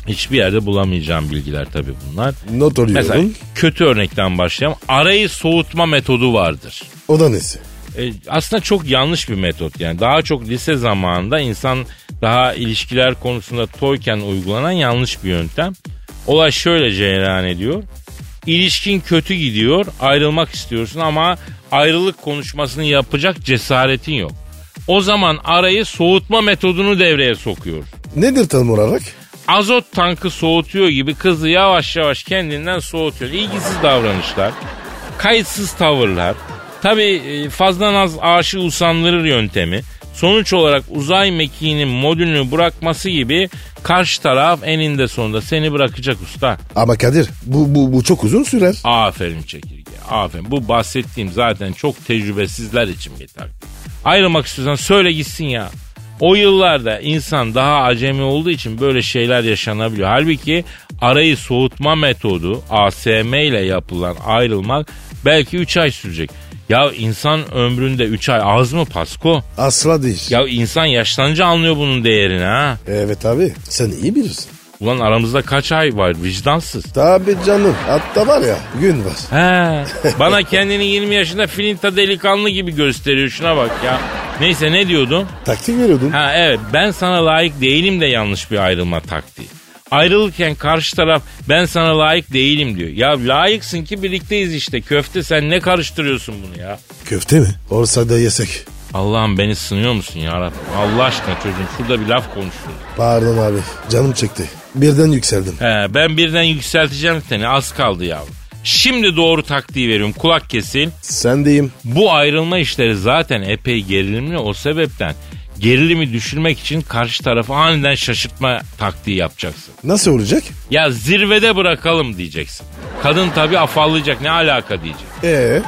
Speaker 2: Hiçbir yerde bulamayacağım bilgiler tabii bunlar.
Speaker 3: Not alıyorum.
Speaker 2: Mesela kötü örnekten başlayalım. Arayı soğutma metodu vardır.
Speaker 3: O da nesi?
Speaker 2: E, aslında çok yanlış bir metot yani. Daha çok lise zamanında insan daha ilişkiler konusunda toyken uygulanan yanlış bir yöntem. Olay şöyle cereyan ediyor. İlişkin kötü gidiyor, ayrılmak istiyorsun ama ayrılık konuşmasını yapacak cesaretin yok. O zaman arayı soğutma metodunu devreye sokuyor.
Speaker 3: Nedir tanım olarak?
Speaker 2: Azot tankı soğutuyor gibi kızı yavaş yavaş kendinden soğutuyor. İlgisiz davranışlar, kayıtsız tavırlar. e, Tabi fazla naz aşı usandırır yöntemi. Sonuç olarak uzay mekiğinin modülünü bırakması gibi karşı taraf eninde sonunda seni bırakacak usta.
Speaker 3: Ama Kadir bu, bu, bu çok uzun sürer.
Speaker 2: Aferin çekirge. Aferin. Bu bahsettiğim zaten çok tecrübesizler için bir taktik. Ayrılmak istiyorsan söyle gitsin ya. O yıllarda insan daha acemi olduğu için böyle şeyler yaşanabiliyor. Halbuki arayı soğutma metodu ASM ile yapılan ayrılmak belki 3 ay sürecek. Ya insan ömründe 3 ay az mı Pasko?
Speaker 3: Asla değil.
Speaker 2: Ya insan yaşlanınca anlıyor bunun değerini ha.
Speaker 3: Evet abi sen iyi bilirsin.
Speaker 2: Ulan aramızda kaç ay var vicdansız.
Speaker 3: Tabi canım hatta var ya gün var.
Speaker 2: He, bana kendini 20 yaşında Filinta delikanlı gibi gösteriyor. Şuna bak ya. Neyse ne diyordum?
Speaker 3: Taktik veriyordun.
Speaker 2: Ha evet ben sana layık değilim de yanlış bir ayrılma taktiği. Ayrılırken karşı taraf ben sana layık değilim diyor. Ya layıksın ki birlikteyiz işte köfte sen ne karıştırıyorsun bunu ya?
Speaker 3: Köfte mi? Olsa da yesek.
Speaker 2: Allah'ım beni sınıyor musun ya Rabbim? Allah aşkına çocuğum şurada bir laf konuşuyoruz.
Speaker 3: Pardon abi canım çekti. Birden yükseldim.
Speaker 2: He, ben birden yükselteceğim seni az kaldı yavrum. Şimdi doğru taktiği veriyorum kulak kesil.
Speaker 3: Sendeyim.
Speaker 2: Bu ayrılma işleri zaten epey gerilimli o sebepten gerilimi düşürmek için karşı tarafı aniden şaşırtma taktiği yapacaksın.
Speaker 3: Nasıl olacak?
Speaker 2: Ya zirvede bırakalım diyeceksin. Kadın tabii afallayacak ne alaka diyecek.
Speaker 3: Ee,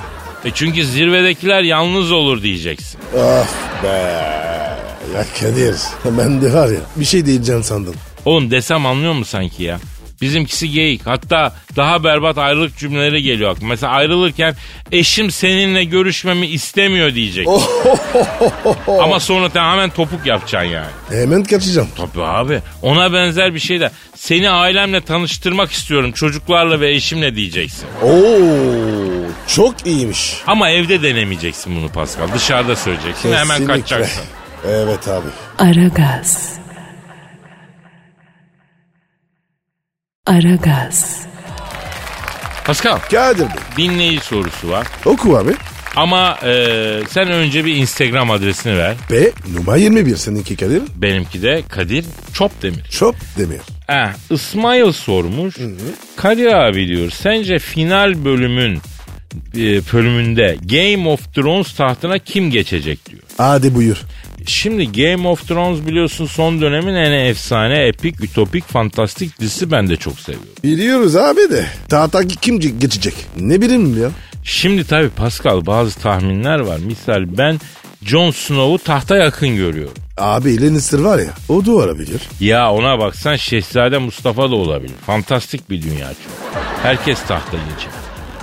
Speaker 2: E çünkü zirvedekiler yalnız olur diyeceksin.
Speaker 3: Ah be. Ya Kadir ben de var ya bir şey diyeceğim sandım.
Speaker 2: Oğlum desem anlıyor mu sanki ya? Bizimkisi geyik. Hatta daha berbat ayrılık cümleleri geliyor aklıma. Mesela ayrılırken eşim seninle görüşmemi istemiyor diyecek. Ama sonra hemen topuk yapacaksın yani.
Speaker 3: Hemen kaçacağım.
Speaker 2: Tabii abi. Ona benzer bir şey de seni ailemle tanıştırmak istiyorum çocuklarla ve eşimle diyeceksin.
Speaker 3: Oo çok iyiymiş.
Speaker 2: Ama evde denemeyeceksin bunu Pascal. Dışarıda söyleyeceksin hemen
Speaker 3: Kesinlikle.
Speaker 2: kaçacaksın.
Speaker 3: Evet abi.
Speaker 1: Aragaz. Aragaz.
Speaker 2: Pascal
Speaker 3: Kadir Bey
Speaker 2: dinleyici sorusu var.
Speaker 3: oku abi.
Speaker 2: Ama e, sen önce bir Instagram adresini ver.
Speaker 3: B numara 21 seninki Kadir.
Speaker 2: Benimki de Kadir Çopdemir.
Speaker 3: Çöp demir.
Speaker 2: Eh, İsmail sormuş. Kadir abi diyor sence final bölümün e, bölümünde Game of Thrones tahtına kim geçecek diyor.
Speaker 3: Hadi buyur.
Speaker 2: Şimdi Game of Thrones biliyorsun son dönemin en efsane, epik, ütopik, fantastik dizisi ben de çok seviyorum.
Speaker 3: Biliyoruz abi de. Tahta kim ge- geçecek? Ne bileyim ya.
Speaker 2: Şimdi tabii Pascal bazı tahminler var. Misal ben Jon Snow'u tahta yakın görüyorum.
Speaker 3: Abi Lannister var ya o duvara bilir.
Speaker 2: Ya ona baksan Şehzade Mustafa da olabilir. Fantastik bir dünya çünkü. Herkes tahta geçer.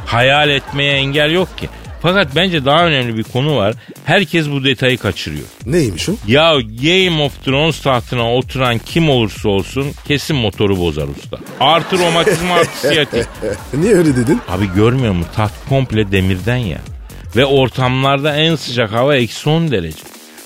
Speaker 2: Hayal etmeye engel yok ki. Fakat bence daha önemli bir konu var. Herkes bu detayı kaçırıyor.
Speaker 3: Neymiş o?
Speaker 2: Ya Game of Thrones tahtına oturan kim olursa olsun kesin motoru bozar usta. Artı romatizma artı siyatik.
Speaker 3: Niye öyle dedin?
Speaker 2: Abi görmüyor musun? Taht komple demirden ya. Ve ortamlarda en sıcak hava eksi 10 derece.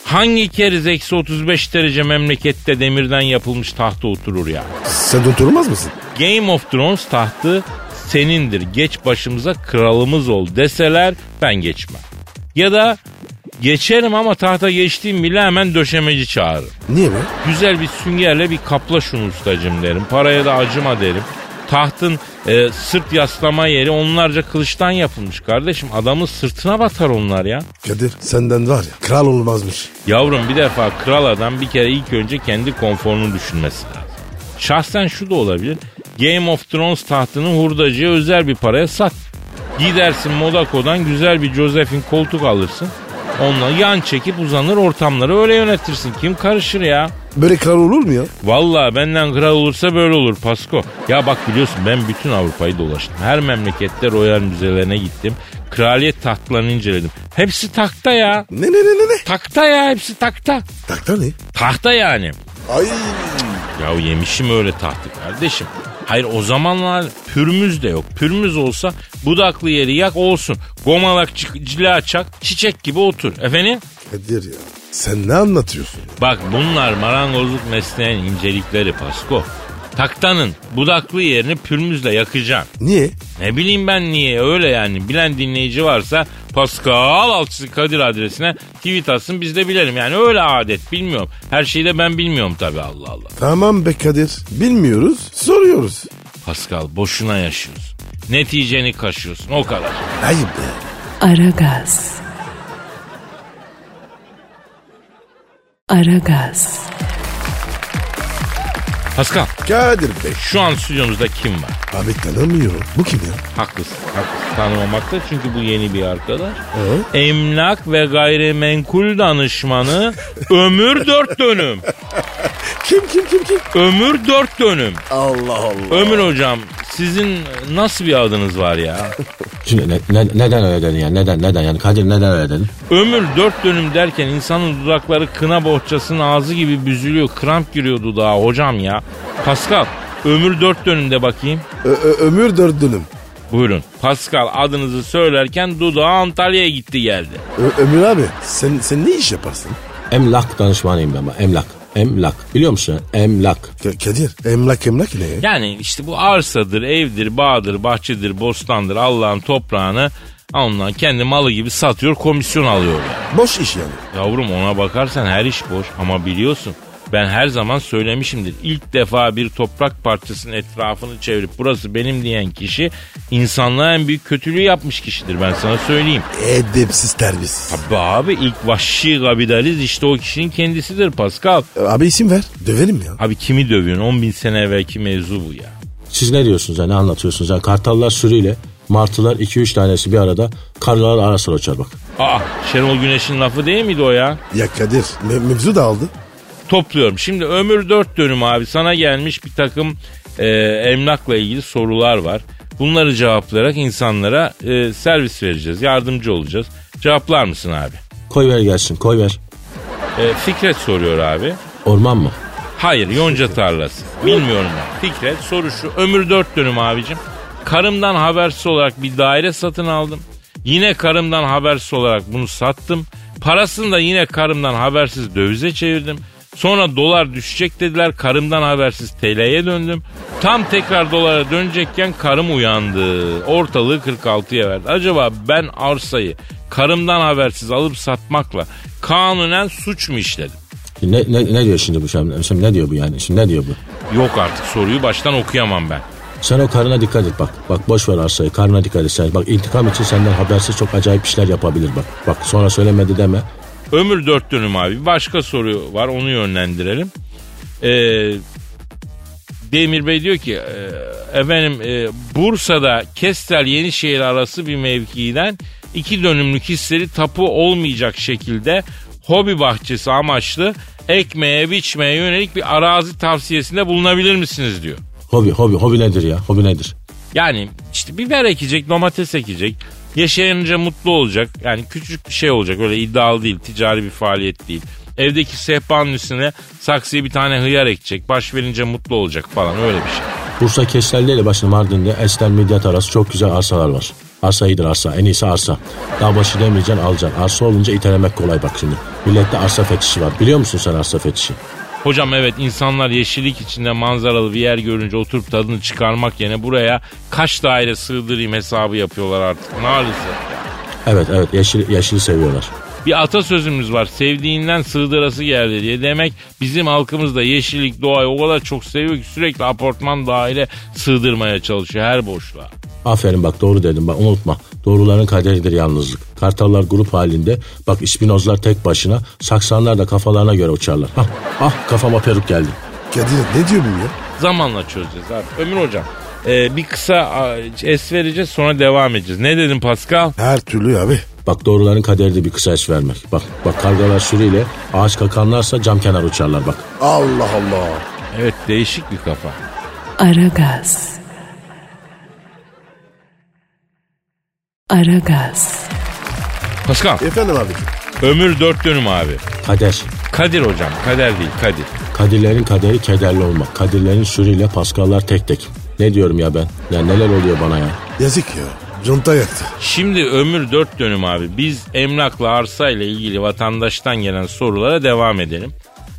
Speaker 2: Hangi keriz eksi 35 derece memlekette demirden yapılmış tahta oturur ya?
Speaker 3: Sen oturmaz mısın?
Speaker 2: Game of Thrones tahtı senindir geç başımıza kralımız ol deseler ben geçmem. Ya da geçerim ama tahta geçtiğim bile hemen döşemeci çağırırım.
Speaker 3: Niye be?
Speaker 2: Güzel bir süngerle bir kapla şunu ustacım derim. Paraya da acıma derim. Tahtın e, sırt yaslama yeri onlarca kılıçtan yapılmış kardeşim. Adamın sırtına batar onlar ya.
Speaker 3: Kadir senden var ya kral olmazmış.
Speaker 2: Yavrum bir defa kral adam bir kere ilk önce kendi konforunu düşünmesi lazım. Şahsen şu da olabilir. Game of Thrones tahtını hurdacıya özel bir paraya sat. Gidersin Monaco'dan güzel bir Joseph'in koltuk alırsın. Onunla yan çekip uzanır ortamları öyle yönetirsin. Kim karışır ya?
Speaker 3: Böyle kral olur mu ya?
Speaker 2: Valla benden kral olursa böyle olur Pasko. Ya bak biliyorsun ben bütün Avrupa'yı dolaştım. Her memlekette royal müzelerine gittim. Kraliyet tahtlarını inceledim. Hepsi takta ya.
Speaker 3: Ne ne ne ne ne?
Speaker 2: Takta ya hepsi takta.
Speaker 3: Takta ne?
Speaker 2: Tahta yani.
Speaker 3: Ay.
Speaker 2: Ya yemişim öyle tahtı kardeşim. Hayır o zamanlar pürmüz de yok. Pürmüz olsa budaklı yeri yak olsun. Gomalak çı- cila çak çiçek gibi otur. Efendim?
Speaker 3: Kadir ya sen ne anlatıyorsun?
Speaker 2: Bak bunlar marangozluk mesleğinin incelikleri Pasko. Taktanın budaklı yerini pürmüzle yakacaksın.
Speaker 3: Niye?
Speaker 2: Ne bileyim ben niye öyle yani. Bilen dinleyici varsa Pascal Alçısı Kadir adresine tweet atsın biz de bilelim. Yani öyle adet bilmiyorum. Her şeyi de ben bilmiyorum tabii Allah Allah.
Speaker 3: Tamam be Kadir bilmiyoruz soruyoruz.
Speaker 2: Pascal boşuna yaşıyorsun. Neticeni kaşıyorsun o kadar.
Speaker 3: Ayıp be.
Speaker 1: Aragaz. Aragaz.
Speaker 2: Pascal
Speaker 3: Kadir be.
Speaker 2: şu an stüdyomuzda kim var?
Speaker 3: Abi tanımıyorum. Bu kim ya?
Speaker 2: Haklısın, haklısın. Tanımamakta çünkü bu yeni bir arkadaş.
Speaker 3: Hı?
Speaker 2: Emlak ve gayrimenkul danışmanı ömür dört dönüm.
Speaker 3: Kim kim kim kim?
Speaker 2: Ömür dört dönüm.
Speaker 3: Allah Allah.
Speaker 2: Ömür hocam sizin nasıl bir adınız var ya?
Speaker 4: Şimdi ne- ne- neden öyle dedin yani? Neden neden yani? Kadir neden öyle dedin?
Speaker 2: Ömür dört dönüm derken insanın dudakları kına bohçasının ağzı gibi büzülüyor. Kramp giriyor dudağa hocam ya. Pascal ömür dört dönümde bakayım.
Speaker 3: Ö- ö- ömür dört dönüm.
Speaker 2: Buyurun. Pascal adınızı söylerken dudağı Antalya'ya gitti geldi.
Speaker 3: Ö- ömür abi sen sen ne iş yaparsın?
Speaker 4: Emlak danışmanıyım ben. bak, Emlak. Emlak. Biliyor musun? Emlak.
Speaker 3: Ka- Kadir emlak emlak ne? Ya.
Speaker 2: Yani işte bu arsadır, evdir, bağdır, bahçedir, bostandır Allah'ın toprağını ondan kendi malı gibi satıyor, komisyon alıyor. yani.
Speaker 3: Boş iş yani.
Speaker 2: Yavrum ona bakarsan her iş boş ama biliyorsun ben her zaman söylemişimdir. İlk defa bir toprak parçasının etrafını çevirip burası benim diyen kişi insanlığa en büyük kötülüğü yapmış kişidir ben sana söyleyeyim.
Speaker 3: Edepsiz terbiyesiz.
Speaker 2: Abi, abi ilk vahşi kapitaliz işte o kişinin kendisidir Pascal.
Speaker 3: Abi isim ver. Döverim ya.
Speaker 2: Abi kimi dövüyorsun? 10 bin sene evvelki mevzu bu ya.
Speaker 4: Siz ne diyorsunuz ya? Ne anlatıyorsunuz ya? Kartallar sürüyle martılar 2-3 tanesi bir arada karılar ara sıra uçar bak.
Speaker 2: Aa Şenol Güneş'in lafı değil miydi o ya?
Speaker 3: Ya Kadir me- mevzu da aldı.
Speaker 2: Topluyorum. Şimdi ömür dört dönüm abi. Sana gelmiş bir takım e, emlakla ilgili sorular var. Bunları cevaplayarak insanlara e, servis vereceğiz. Yardımcı olacağız. Cevaplar mısın abi?
Speaker 4: Koy ver gelsin koy ver.
Speaker 2: E, Fikret soruyor abi.
Speaker 4: Orman mı?
Speaker 2: Hayır yonca tarlası. Bilmiyorum ben. Fikret soru şu. Ömür dört dönüm abicim. Karımdan habersiz olarak bir daire satın aldım. Yine karımdan habersiz olarak bunu sattım. Parasını da yine karımdan habersiz dövize çevirdim. Sonra dolar düşecek dediler. Karımdan habersiz TL'ye döndüm. Tam tekrar dolara dönecekken karım uyandı. Ortalığı 46'ya verdi. Acaba ben arsayı karımdan habersiz alıp satmakla kanunen suç mu işledim?
Speaker 4: Ne, ne, ne diyor şimdi bu şimdi, şimdi ne diyor bu yani? Şimdi ne diyor bu?
Speaker 2: Yok artık soruyu baştan okuyamam ben.
Speaker 4: Sen o karına dikkat et bak. Bak boş ver arsayı karına dikkat et sen. Bak intikam için senden habersiz çok acayip işler yapabilir bak. Bak sonra söylemedi deme.
Speaker 2: Ömür dört dönüm abi. Başka soru var onu yönlendirelim. Ee, Demir Bey diyor ki e, efendim e, Bursa'da Kestel Yenişehir arası bir mevkiden iki dönümlük hisleri tapu olmayacak şekilde hobi bahçesi amaçlı ekmeğe biçmeye yönelik bir arazi tavsiyesinde bulunabilir misiniz diyor.
Speaker 4: Hobi hobi hobi nedir ya? Hobi nedir?
Speaker 2: Yani işte biber ekecek, domates ekecek. Yaşayınca mutlu olacak. Yani küçük bir şey olacak. Öyle iddialı değil, ticari bir faaliyet değil. Evdeki sehpanın üstüne saksıya bir tane hıyar ekecek. Baş verince mutlu olacak falan öyle bir şey.
Speaker 4: Bursa Kestelli ile başını Mardin'de Estel Midyat arası çok güzel arsalar var. Arsa iyidir arsa. En iyisi arsa. Daha başı demeyeceksin alacaksın. Arsa olunca itelemek kolay bak şimdi. Millette arsa fetişi var. Biliyor musun sen arsa fetişi?
Speaker 2: Hocam evet insanlar yeşillik içinde manzaralı bir yer görünce oturup tadını çıkarmak yerine buraya kaç daire sığdırayım hesabı yapıyorlar artık maalesef.
Speaker 4: Evet evet yeşil, yeşili seviyorlar.
Speaker 2: Bir atasözümüz var sevdiğinden sığdırası geldi diye. Demek bizim halkımız da yeşillik doğayı o kadar çok seviyor ki sürekli apartman daire sığdırmaya çalışıyor her boşluğa.
Speaker 4: Aferin bak doğru dedim bak unutma. Doğruların kaderidir yalnızlık. Kartallar grup halinde bak ispinozlar tek başına saksanlar da kafalarına göre uçarlar. Hah, ah kafama peruk geldi.
Speaker 3: Kadir ne diyor bu ya?
Speaker 2: Zamanla çözeceğiz abi. Ömür hocam e, bir kısa a, es vereceğiz sonra devam edeceğiz. Ne dedin Pascal?
Speaker 3: Her türlü abi.
Speaker 4: Bak doğruların kaderidir bir kısa es vermek. Bak bak kargalar sürüyle ağaç kakanlarsa cam kenar uçarlar bak.
Speaker 3: Allah Allah.
Speaker 2: Evet değişik bir kafa.
Speaker 1: Aragaz. Aragaz.
Speaker 2: Pascal
Speaker 3: Efendim abi.
Speaker 2: ömür dört dönüm abi.
Speaker 4: Kader.
Speaker 2: Kadir hocam kader değil Kadir.
Speaker 4: Kadirlerin kaderi kederli olmak. Kadirlerin sürüyle paskallar tek tek. Ne diyorum ya ben? Ya neler oluyor bana ya?
Speaker 3: Yazık ya. Conta yaktı.
Speaker 2: Şimdi ömür dört dönüm abi. Biz emlakla arsa ile ilgili vatandaştan gelen sorulara devam edelim.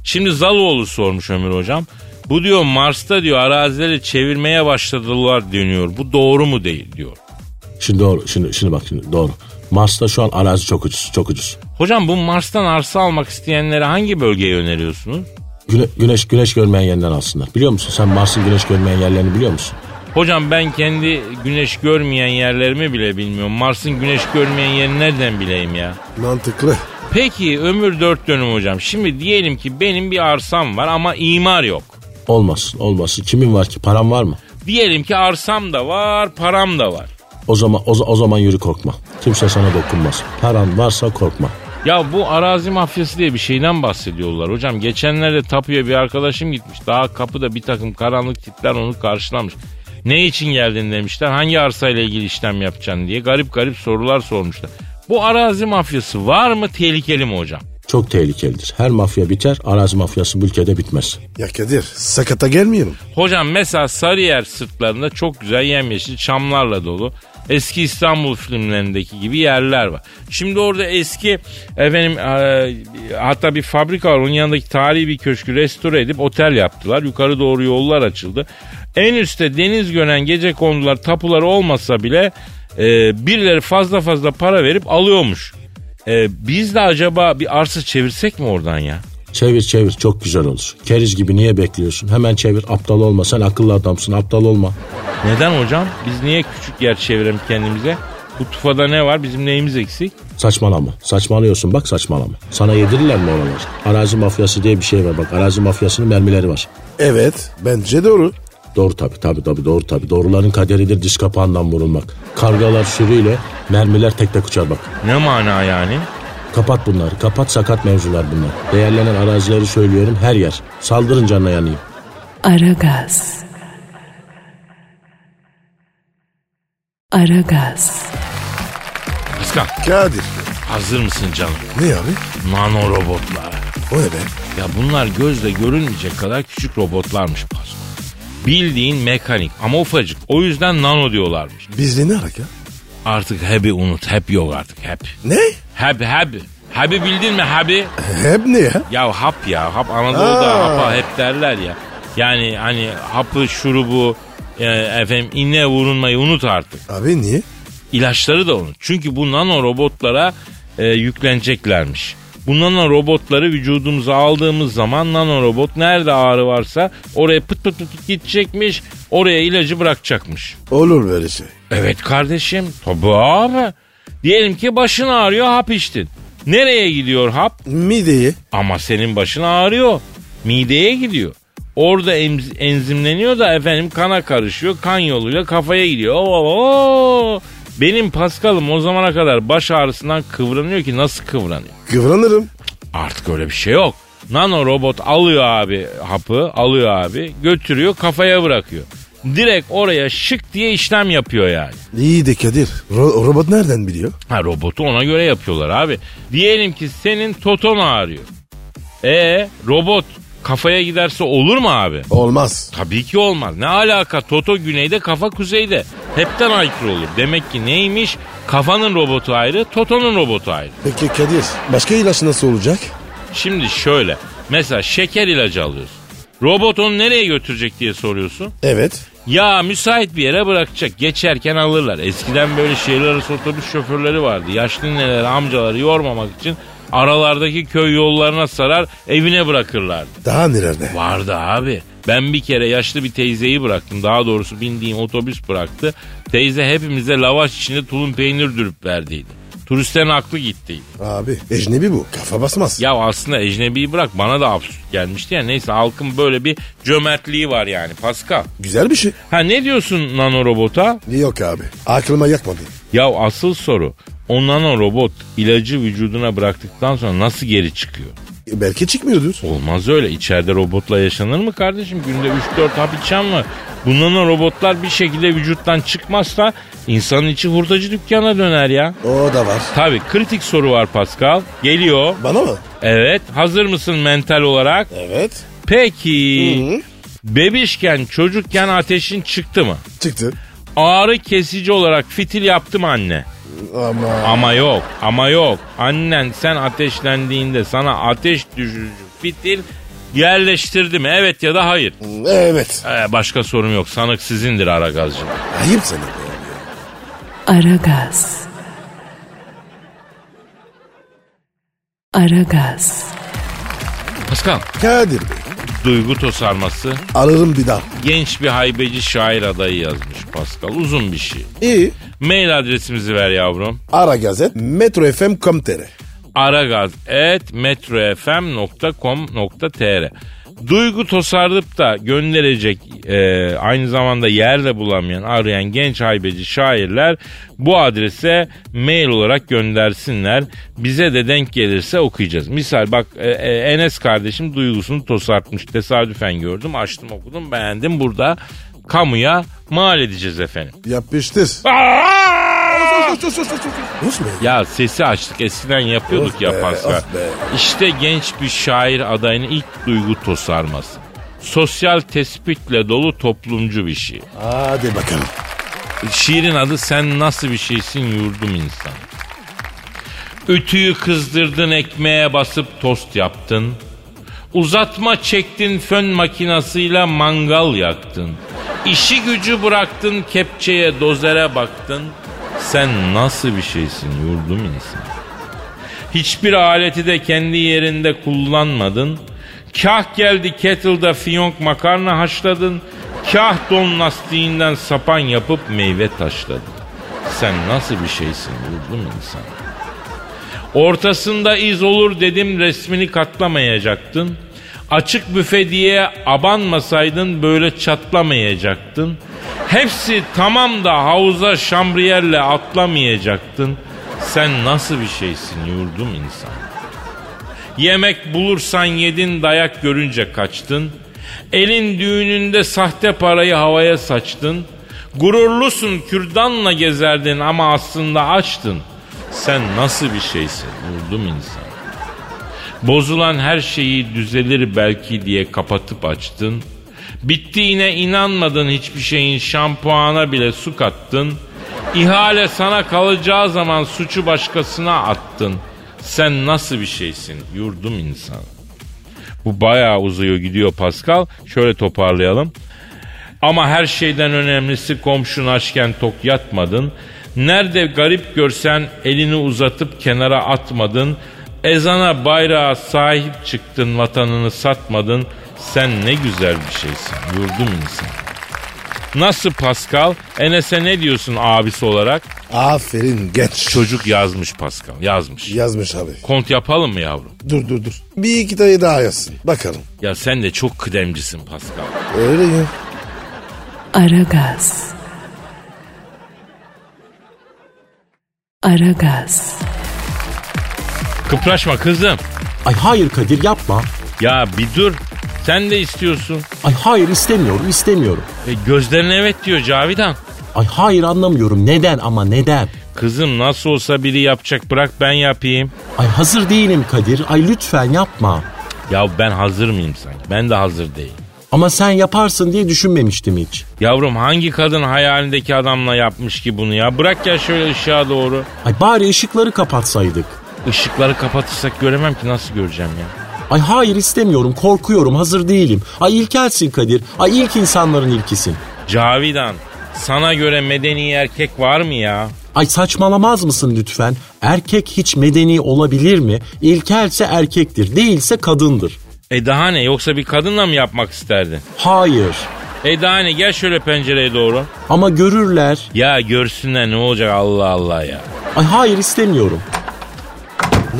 Speaker 2: Şimdi Zaloğlu sormuş Ömür hocam. Bu diyor Mars'ta diyor arazileri çevirmeye başladılar deniyor. Bu doğru mu değil diyor.
Speaker 4: Şimdi doğru. Şimdi, şimdi bak şimdi doğru. Mars'ta şu an arazi çok ucuz. Çok ucuz.
Speaker 2: Hocam bu Mars'tan arsa almak isteyenlere hangi bölgeyi öneriyorsunuz?
Speaker 4: Güne- güneş güneş görmeyen yerden alsınlar. Biliyor musun? Sen Mars'ın güneş görmeyen yerlerini biliyor musun?
Speaker 2: Hocam ben kendi güneş görmeyen yerlerimi bile bilmiyorum. Mars'ın güneş görmeyen yerini nereden bileyim ya?
Speaker 3: Mantıklı.
Speaker 2: Peki ömür dört dönüm hocam. Şimdi diyelim ki benim bir arsam var ama imar yok.
Speaker 4: Olmasın. Olmasın. Kimin var ki? Param var mı?
Speaker 2: Diyelim ki arsam da var, param da var.
Speaker 4: O zaman o, o zaman yürü korkma. Kimse sana dokunmaz. Paran varsa korkma.
Speaker 2: Ya bu arazi mafyası diye bir şeyden bahsediyorlar hocam. Geçenlerde tapuya bir arkadaşım gitmiş. Daha kapıda bir takım karanlık tipler onu karşılamış. Ne için geldin demişler. Hangi arsayla ilgili işlem yapacaksın diye garip garip sorular sormuşlar. Bu arazi mafyası var mı tehlikeli mi hocam?
Speaker 4: Çok tehlikelidir. Her mafya biter, arazi mafyası bu ülkede bitmez.
Speaker 3: Ya Kadir sakata gelmeyelim.
Speaker 2: Hocam mesela Sarıyer sırtlarında çok güzel yemyeşil çamlarla dolu eski İstanbul filmlerindeki gibi yerler var. Şimdi orada eski efendim e, hatta bir fabrika var onun yanındaki tarihi bir köşkü restore edip otel yaptılar. Yukarı doğru yollar açıldı. En üstte deniz gören gece kondular tapuları olmasa bile e, birileri fazla fazla para verip alıyormuş. E, biz de acaba bir arsa çevirsek mi oradan ya?
Speaker 4: Çevir çevir çok güzel olur. Keriz gibi niye bekliyorsun? Hemen çevir aptal olma. Sen akıllı adamsın aptal olma.
Speaker 2: Neden hocam? Biz niye küçük yer çevirelim kendimize? Bu tufada ne var? Bizim neyimiz eksik?
Speaker 4: Saçmalama. Saçmalıyorsun bak saçmalama. Sana yedirirler mi oralar? Arazi mafyası diye bir şey var bak. Arazi mafyasının mermileri var.
Speaker 3: Evet bence doğru.
Speaker 4: Doğru tabii tabii tabii doğru tabii. Doğruların kaderidir diz kapağından vurulmak. Kargalar sürüyle mermiler tek tek uçar bak.
Speaker 2: Ne mana yani?
Speaker 4: Kapat bunları. Kapat sakat mevzular bunlar. Değerlenen arazileri söylüyorum her yer. Saldırın canına yanayım.
Speaker 1: Aragaz. Aragaz.
Speaker 2: Paskal
Speaker 3: Kadir.
Speaker 2: hazır mısın canım?
Speaker 3: Ne abi?
Speaker 2: Nano robotlar.
Speaker 3: O ne be?
Speaker 2: Ya bunlar gözle görünmeyecek kadar küçük robotlarmış Paskal. Bildiğin mekanik ama ufacık. O yüzden nano diyorlarmış.
Speaker 3: Bizde ne alaka?
Speaker 2: Artık hebi unut. Hep yok artık hep.
Speaker 3: Ne?
Speaker 2: Hep hep. Hebi bildin mi hebi?
Speaker 3: Hep ne ya?
Speaker 2: Ya hap ya hap Anadolu'da
Speaker 3: Aa.
Speaker 2: hapa hep derler ya. Yani hani hapı şurubu e, efendim inne vurulmayı unut artık.
Speaker 3: Abi niye?
Speaker 2: İlaçları da unut. Çünkü bu nano robotlara e, yükleneceklermiş. Bu nano robotları vücudumuza aldığımız zaman nano robot nerede ağrı varsa oraya pıt pıt pıt pıt gidecekmiş. Oraya ilacı bırakacakmış.
Speaker 3: Olur böyle şey.
Speaker 2: Evet kardeşim. Tabii abi. Diyelim ki başın ağrıyor hap içtin. Nereye gidiyor hap?
Speaker 3: Mideyi.
Speaker 2: Ama senin başın ağrıyor. Mideye gidiyor. Orada emz- enzimleniyor da efendim kana karışıyor. Kan yoluyla kafaya gidiyor. Oo, oo. Benim Paskal'ım o zamana kadar baş ağrısından kıvranıyor ki nasıl kıvranıyor?
Speaker 3: Kıvranırım.
Speaker 2: Artık öyle bir şey yok. Nano robot alıyor abi hapı, alıyor abi, götürüyor kafaya bırakıyor. Direkt oraya şık diye işlem yapıyor yani.
Speaker 3: İyi de Kadir. ro- robot nereden biliyor?
Speaker 2: Ha robotu ona göre yapıyorlar abi. Diyelim ki senin toton ağrıyor. E robot kafaya giderse olur mu abi?
Speaker 3: Olmaz.
Speaker 2: Tabii ki olmaz. Ne alaka Toto güneyde kafa kuzeyde. Hepten aykırı olur. Demek ki neymiş? Kafanın robotu ayrı, Toto'nun robotu ayrı.
Speaker 3: Peki Kadir başka ilaç nasıl olacak?
Speaker 2: Şimdi şöyle. Mesela şeker ilacı alıyorsun. Robot onu nereye götürecek diye soruyorsun.
Speaker 3: Evet.
Speaker 2: Ya müsait bir yere bırakacak. Geçerken alırlar. Eskiden böyle şehir arası otobüs şoförleri vardı. Yaşlı nineleri, amcaları yormamak için aralardaki köy yollarına sarar evine bırakırlardı.
Speaker 3: Daha nelerde?
Speaker 2: Vardı abi. Ben bir kere yaşlı bir teyzeyi bıraktım. Daha doğrusu bindiğim otobüs bıraktı. Teyze hepimize lavaş içinde tulum peynir dürüp verdiydi. Turisten aklı gittiydi.
Speaker 3: Abi ecnebi bu. Kafa basmaz.
Speaker 2: Ya aslında ecnebiyi bırak bana da absürt gelmişti ya. Neyse halkın böyle bir cömertliği var yani Pascal.
Speaker 3: Güzel bir şey.
Speaker 2: Ha ne diyorsun nanorobota?
Speaker 3: Yok abi. Aklıma yakmadı.
Speaker 2: Ya asıl soru o nanorobot ilacı vücuduna bıraktıktan sonra nasıl geri çıkıyor?
Speaker 3: E, Belki çıkmıyordur.
Speaker 2: Olmaz öyle. İçeride robotla yaşanır mı kardeşim? Günde 3-4 hap içen var. Bundan robotlar bir şekilde vücuttan çıkmazsa insanın içi hurtacı dükkana döner ya.
Speaker 3: O da var.
Speaker 2: Tabii kritik soru var Pascal. Geliyor.
Speaker 3: Bana mı?
Speaker 2: Evet. Hazır mısın mental olarak?
Speaker 3: Evet.
Speaker 2: Peki. Bebişken çocukken ateşin çıktı mı?
Speaker 3: Çıktı.
Speaker 2: Ağrı kesici olarak fitil yaptım anne.
Speaker 3: Ama
Speaker 2: Ama yok, ama yok. Annen sen ateşlendiğinde sana ateş düşürücü fitil yerleştirdi mi? Evet ya da hayır.
Speaker 3: evet.
Speaker 2: Ee, başka sorum yok. Sanık sizindir ara gazcı.
Speaker 3: Ayıp sana be.
Speaker 1: Aragaz. Aragaz.
Speaker 2: Pascal,
Speaker 3: Kadir Bey.
Speaker 2: duygu tosarması
Speaker 3: Alırım bir daha.
Speaker 2: genç bir haybeci şair adayı yazmış Pascal. Uzun bir şey.
Speaker 3: İyi.
Speaker 2: Mail adresimizi ver yavrum.
Speaker 3: Ara gazet metrofm.com.tr
Speaker 2: aragaz.metrofm.com.tr Duygu tosarlıp da gönderecek e, aynı zamanda yer de bulamayan arayan genç haybeci şairler bu adrese mail olarak göndersinler. Bize de denk gelirse okuyacağız. Misal bak e, e, Enes kardeşim duygusunu tosartmış tesadüfen gördüm açtım okudum beğendim burada kamuya mal edeceğiz efendim.
Speaker 3: Yapıştır. Usma.
Speaker 2: Ya sesi açtık eskiden yapıyorduk
Speaker 3: Of
Speaker 2: ya
Speaker 3: be,
Speaker 2: Pascal.
Speaker 3: of be.
Speaker 2: İşte genç bir şair adayının ilk duygu tosarması. Sosyal tespitle dolu toplumcu bir şey.
Speaker 3: Hadi bakalım.
Speaker 2: Şiirin adı Sen Nasıl Bir Şeysin Yurdum İnsan. Ütüyü kızdırdın ekmeğe basıp tost yaptın. Uzatma çektin fön makinasıyla mangal yaktın. İşi gücü bıraktın kepçeye dozere baktın. Sen nasıl bir şeysin yurdum insan. Hiçbir aleti de kendi yerinde kullanmadın. Kah geldi kettle'da fiyonk makarna haşladın. Kah don lastiğinden sapan yapıp meyve taşladın. Sen nasıl bir şeysin yurdum insan. Ortasında iz olur dedim resmini katlamayacaktın. Açık büfe diye abanmasaydın böyle çatlamayacaktın. Hepsi tamam da havuza şambriyerle atlamayacaktın. Sen nasıl bir şeysin yurdum insan. Yemek bulursan yedin dayak görünce kaçtın. Elin düğününde sahte parayı havaya saçtın. Gururlusun kürdanla gezerdin ama aslında açtın. Sen nasıl bir şeysin vurdum insan. Bozulan her şeyi düzelir belki diye kapatıp açtın. Bittiğine inanmadın hiçbir şeyin şampuana bile su kattın. İhale sana kalacağı zaman suçu başkasına attın. Sen nasıl bir şeysin yurdum insan. Bu bayağı uzuyor gidiyor Pascal. Şöyle toparlayalım. Ama her şeyden önemlisi komşun açken tok yatmadın. Nerede garip görsen elini uzatıp kenara atmadın. Ezana bayrağa sahip çıktın vatanını satmadın. Sen ne güzel bir şeysin yurdum insan. Nasıl Pascal? Enes'e ne diyorsun abisi olarak?
Speaker 3: Aferin genç. Çocuk
Speaker 2: Çocuk yazmış Pascal yazmış.
Speaker 3: yazmış abi.
Speaker 2: Kont yapalım mı yavrum?
Speaker 3: Dur dur dur. Bir iki tane daha yazsın. Bakalım.
Speaker 2: Ya sen de çok kıdemcisin Pascal.
Speaker 3: Öyle ya.
Speaker 1: Aragaz. Aragaz.
Speaker 2: Kıpraşma kızım.
Speaker 4: Ay hayır Kadir yapma.
Speaker 2: Ya bir dur. Sen de istiyorsun.
Speaker 4: Ay hayır istemiyorum istemiyorum.
Speaker 2: E, gözlerin evet diyor Cavidan.
Speaker 4: Ay hayır anlamıyorum neden ama neden?
Speaker 2: Kızım nasıl olsa biri yapacak bırak ben yapayım.
Speaker 4: Ay hazır değilim Kadir. Ay lütfen yapma.
Speaker 2: Ya ben hazır mıyım sanki? Ben de hazır değilim.
Speaker 4: Ama sen yaparsın diye düşünmemiştim hiç.
Speaker 2: Yavrum hangi kadın hayalindeki adamla yapmış ki bunu ya? Bırak ya şöyle ışığa doğru.
Speaker 4: Ay bari ışıkları kapatsaydık.
Speaker 2: Işıkları kapatırsak göremem ki nasıl göreceğim ya?
Speaker 4: Ay hayır istemiyorum, korkuyorum, hazır değilim. Ay ilkelsin Kadir. Ay ilk insanların ilkisin.
Speaker 2: Cavidan sana göre medeni erkek var mı ya?
Speaker 4: Ay saçmalamaz mısın lütfen? Erkek hiç medeni olabilir mi? İlkelse erkektir, değilse kadındır.
Speaker 2: E daha ne yoksa bir kadınla mı yapmak isterdin?
Speaker 4: Hayır.
Speaker 2: E daha ne gel şöyle pencereye doğru.
Speaker 4: Ama görürler.
Speaker 2: Ya görsünler ne olacak Allah Allah ya.
Speaker 4: Ay hayır istemiyorum.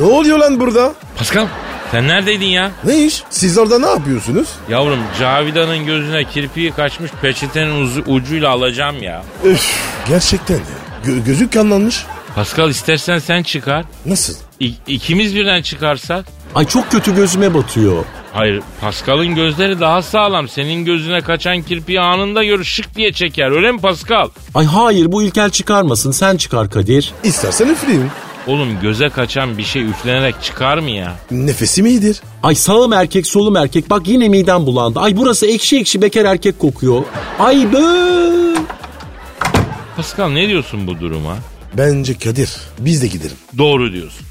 Speaker 3: Ne oluyor lan burada?
Speaker 2: Pascal sen neredeydin ya?
Speaker 3: Ne iş? Siz orada ne yapıyorsunuz?
Speaker 2: Yavrum Cavidan'ın gözüne kirpiği kaçmış peçetenin uzu- ucuyla alacağım ya.
Speaker 3: Öf gerçekten ya. Gö- gözük kanlanmış.
Speaker 2: Pascal istersen sen çıkar.
Speaker 3: Nasıl?
Speaker 2: ikimiz birden çıkarsak?
Speaker 4: Ay çok kötü gözüme batıyor.
Speaker 2: Hayır Pascal'ın gözleri daha sağlam. Senin gözüne kaçan kirpiği anında görür şık diye çeker öyle mi Pascal?
Speaker 4: Ay hayır bu ilkel çıkarmasın sen çıkar Kadir.
Speaker 3: İstersen üfleyeyim.
Speaker 2: Oğlum göze kaçan bir şey üflenerek çıkar mı ya?
Speaker 3: Nefesim iyidir.
Speaker 4: Ay sağım erkek solum erkek bak yine midem bulandı. Ay burası ekşi ekşi bekar erkek kokuyor. Ay böööö.
Speaker 2: Pascal ne diyorsun bu duruma?
Speaker 3: Bence Kadir biz de gidelim.
Speaker 2: Doğru diyorsun.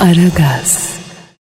Speaker 1: Aragaz.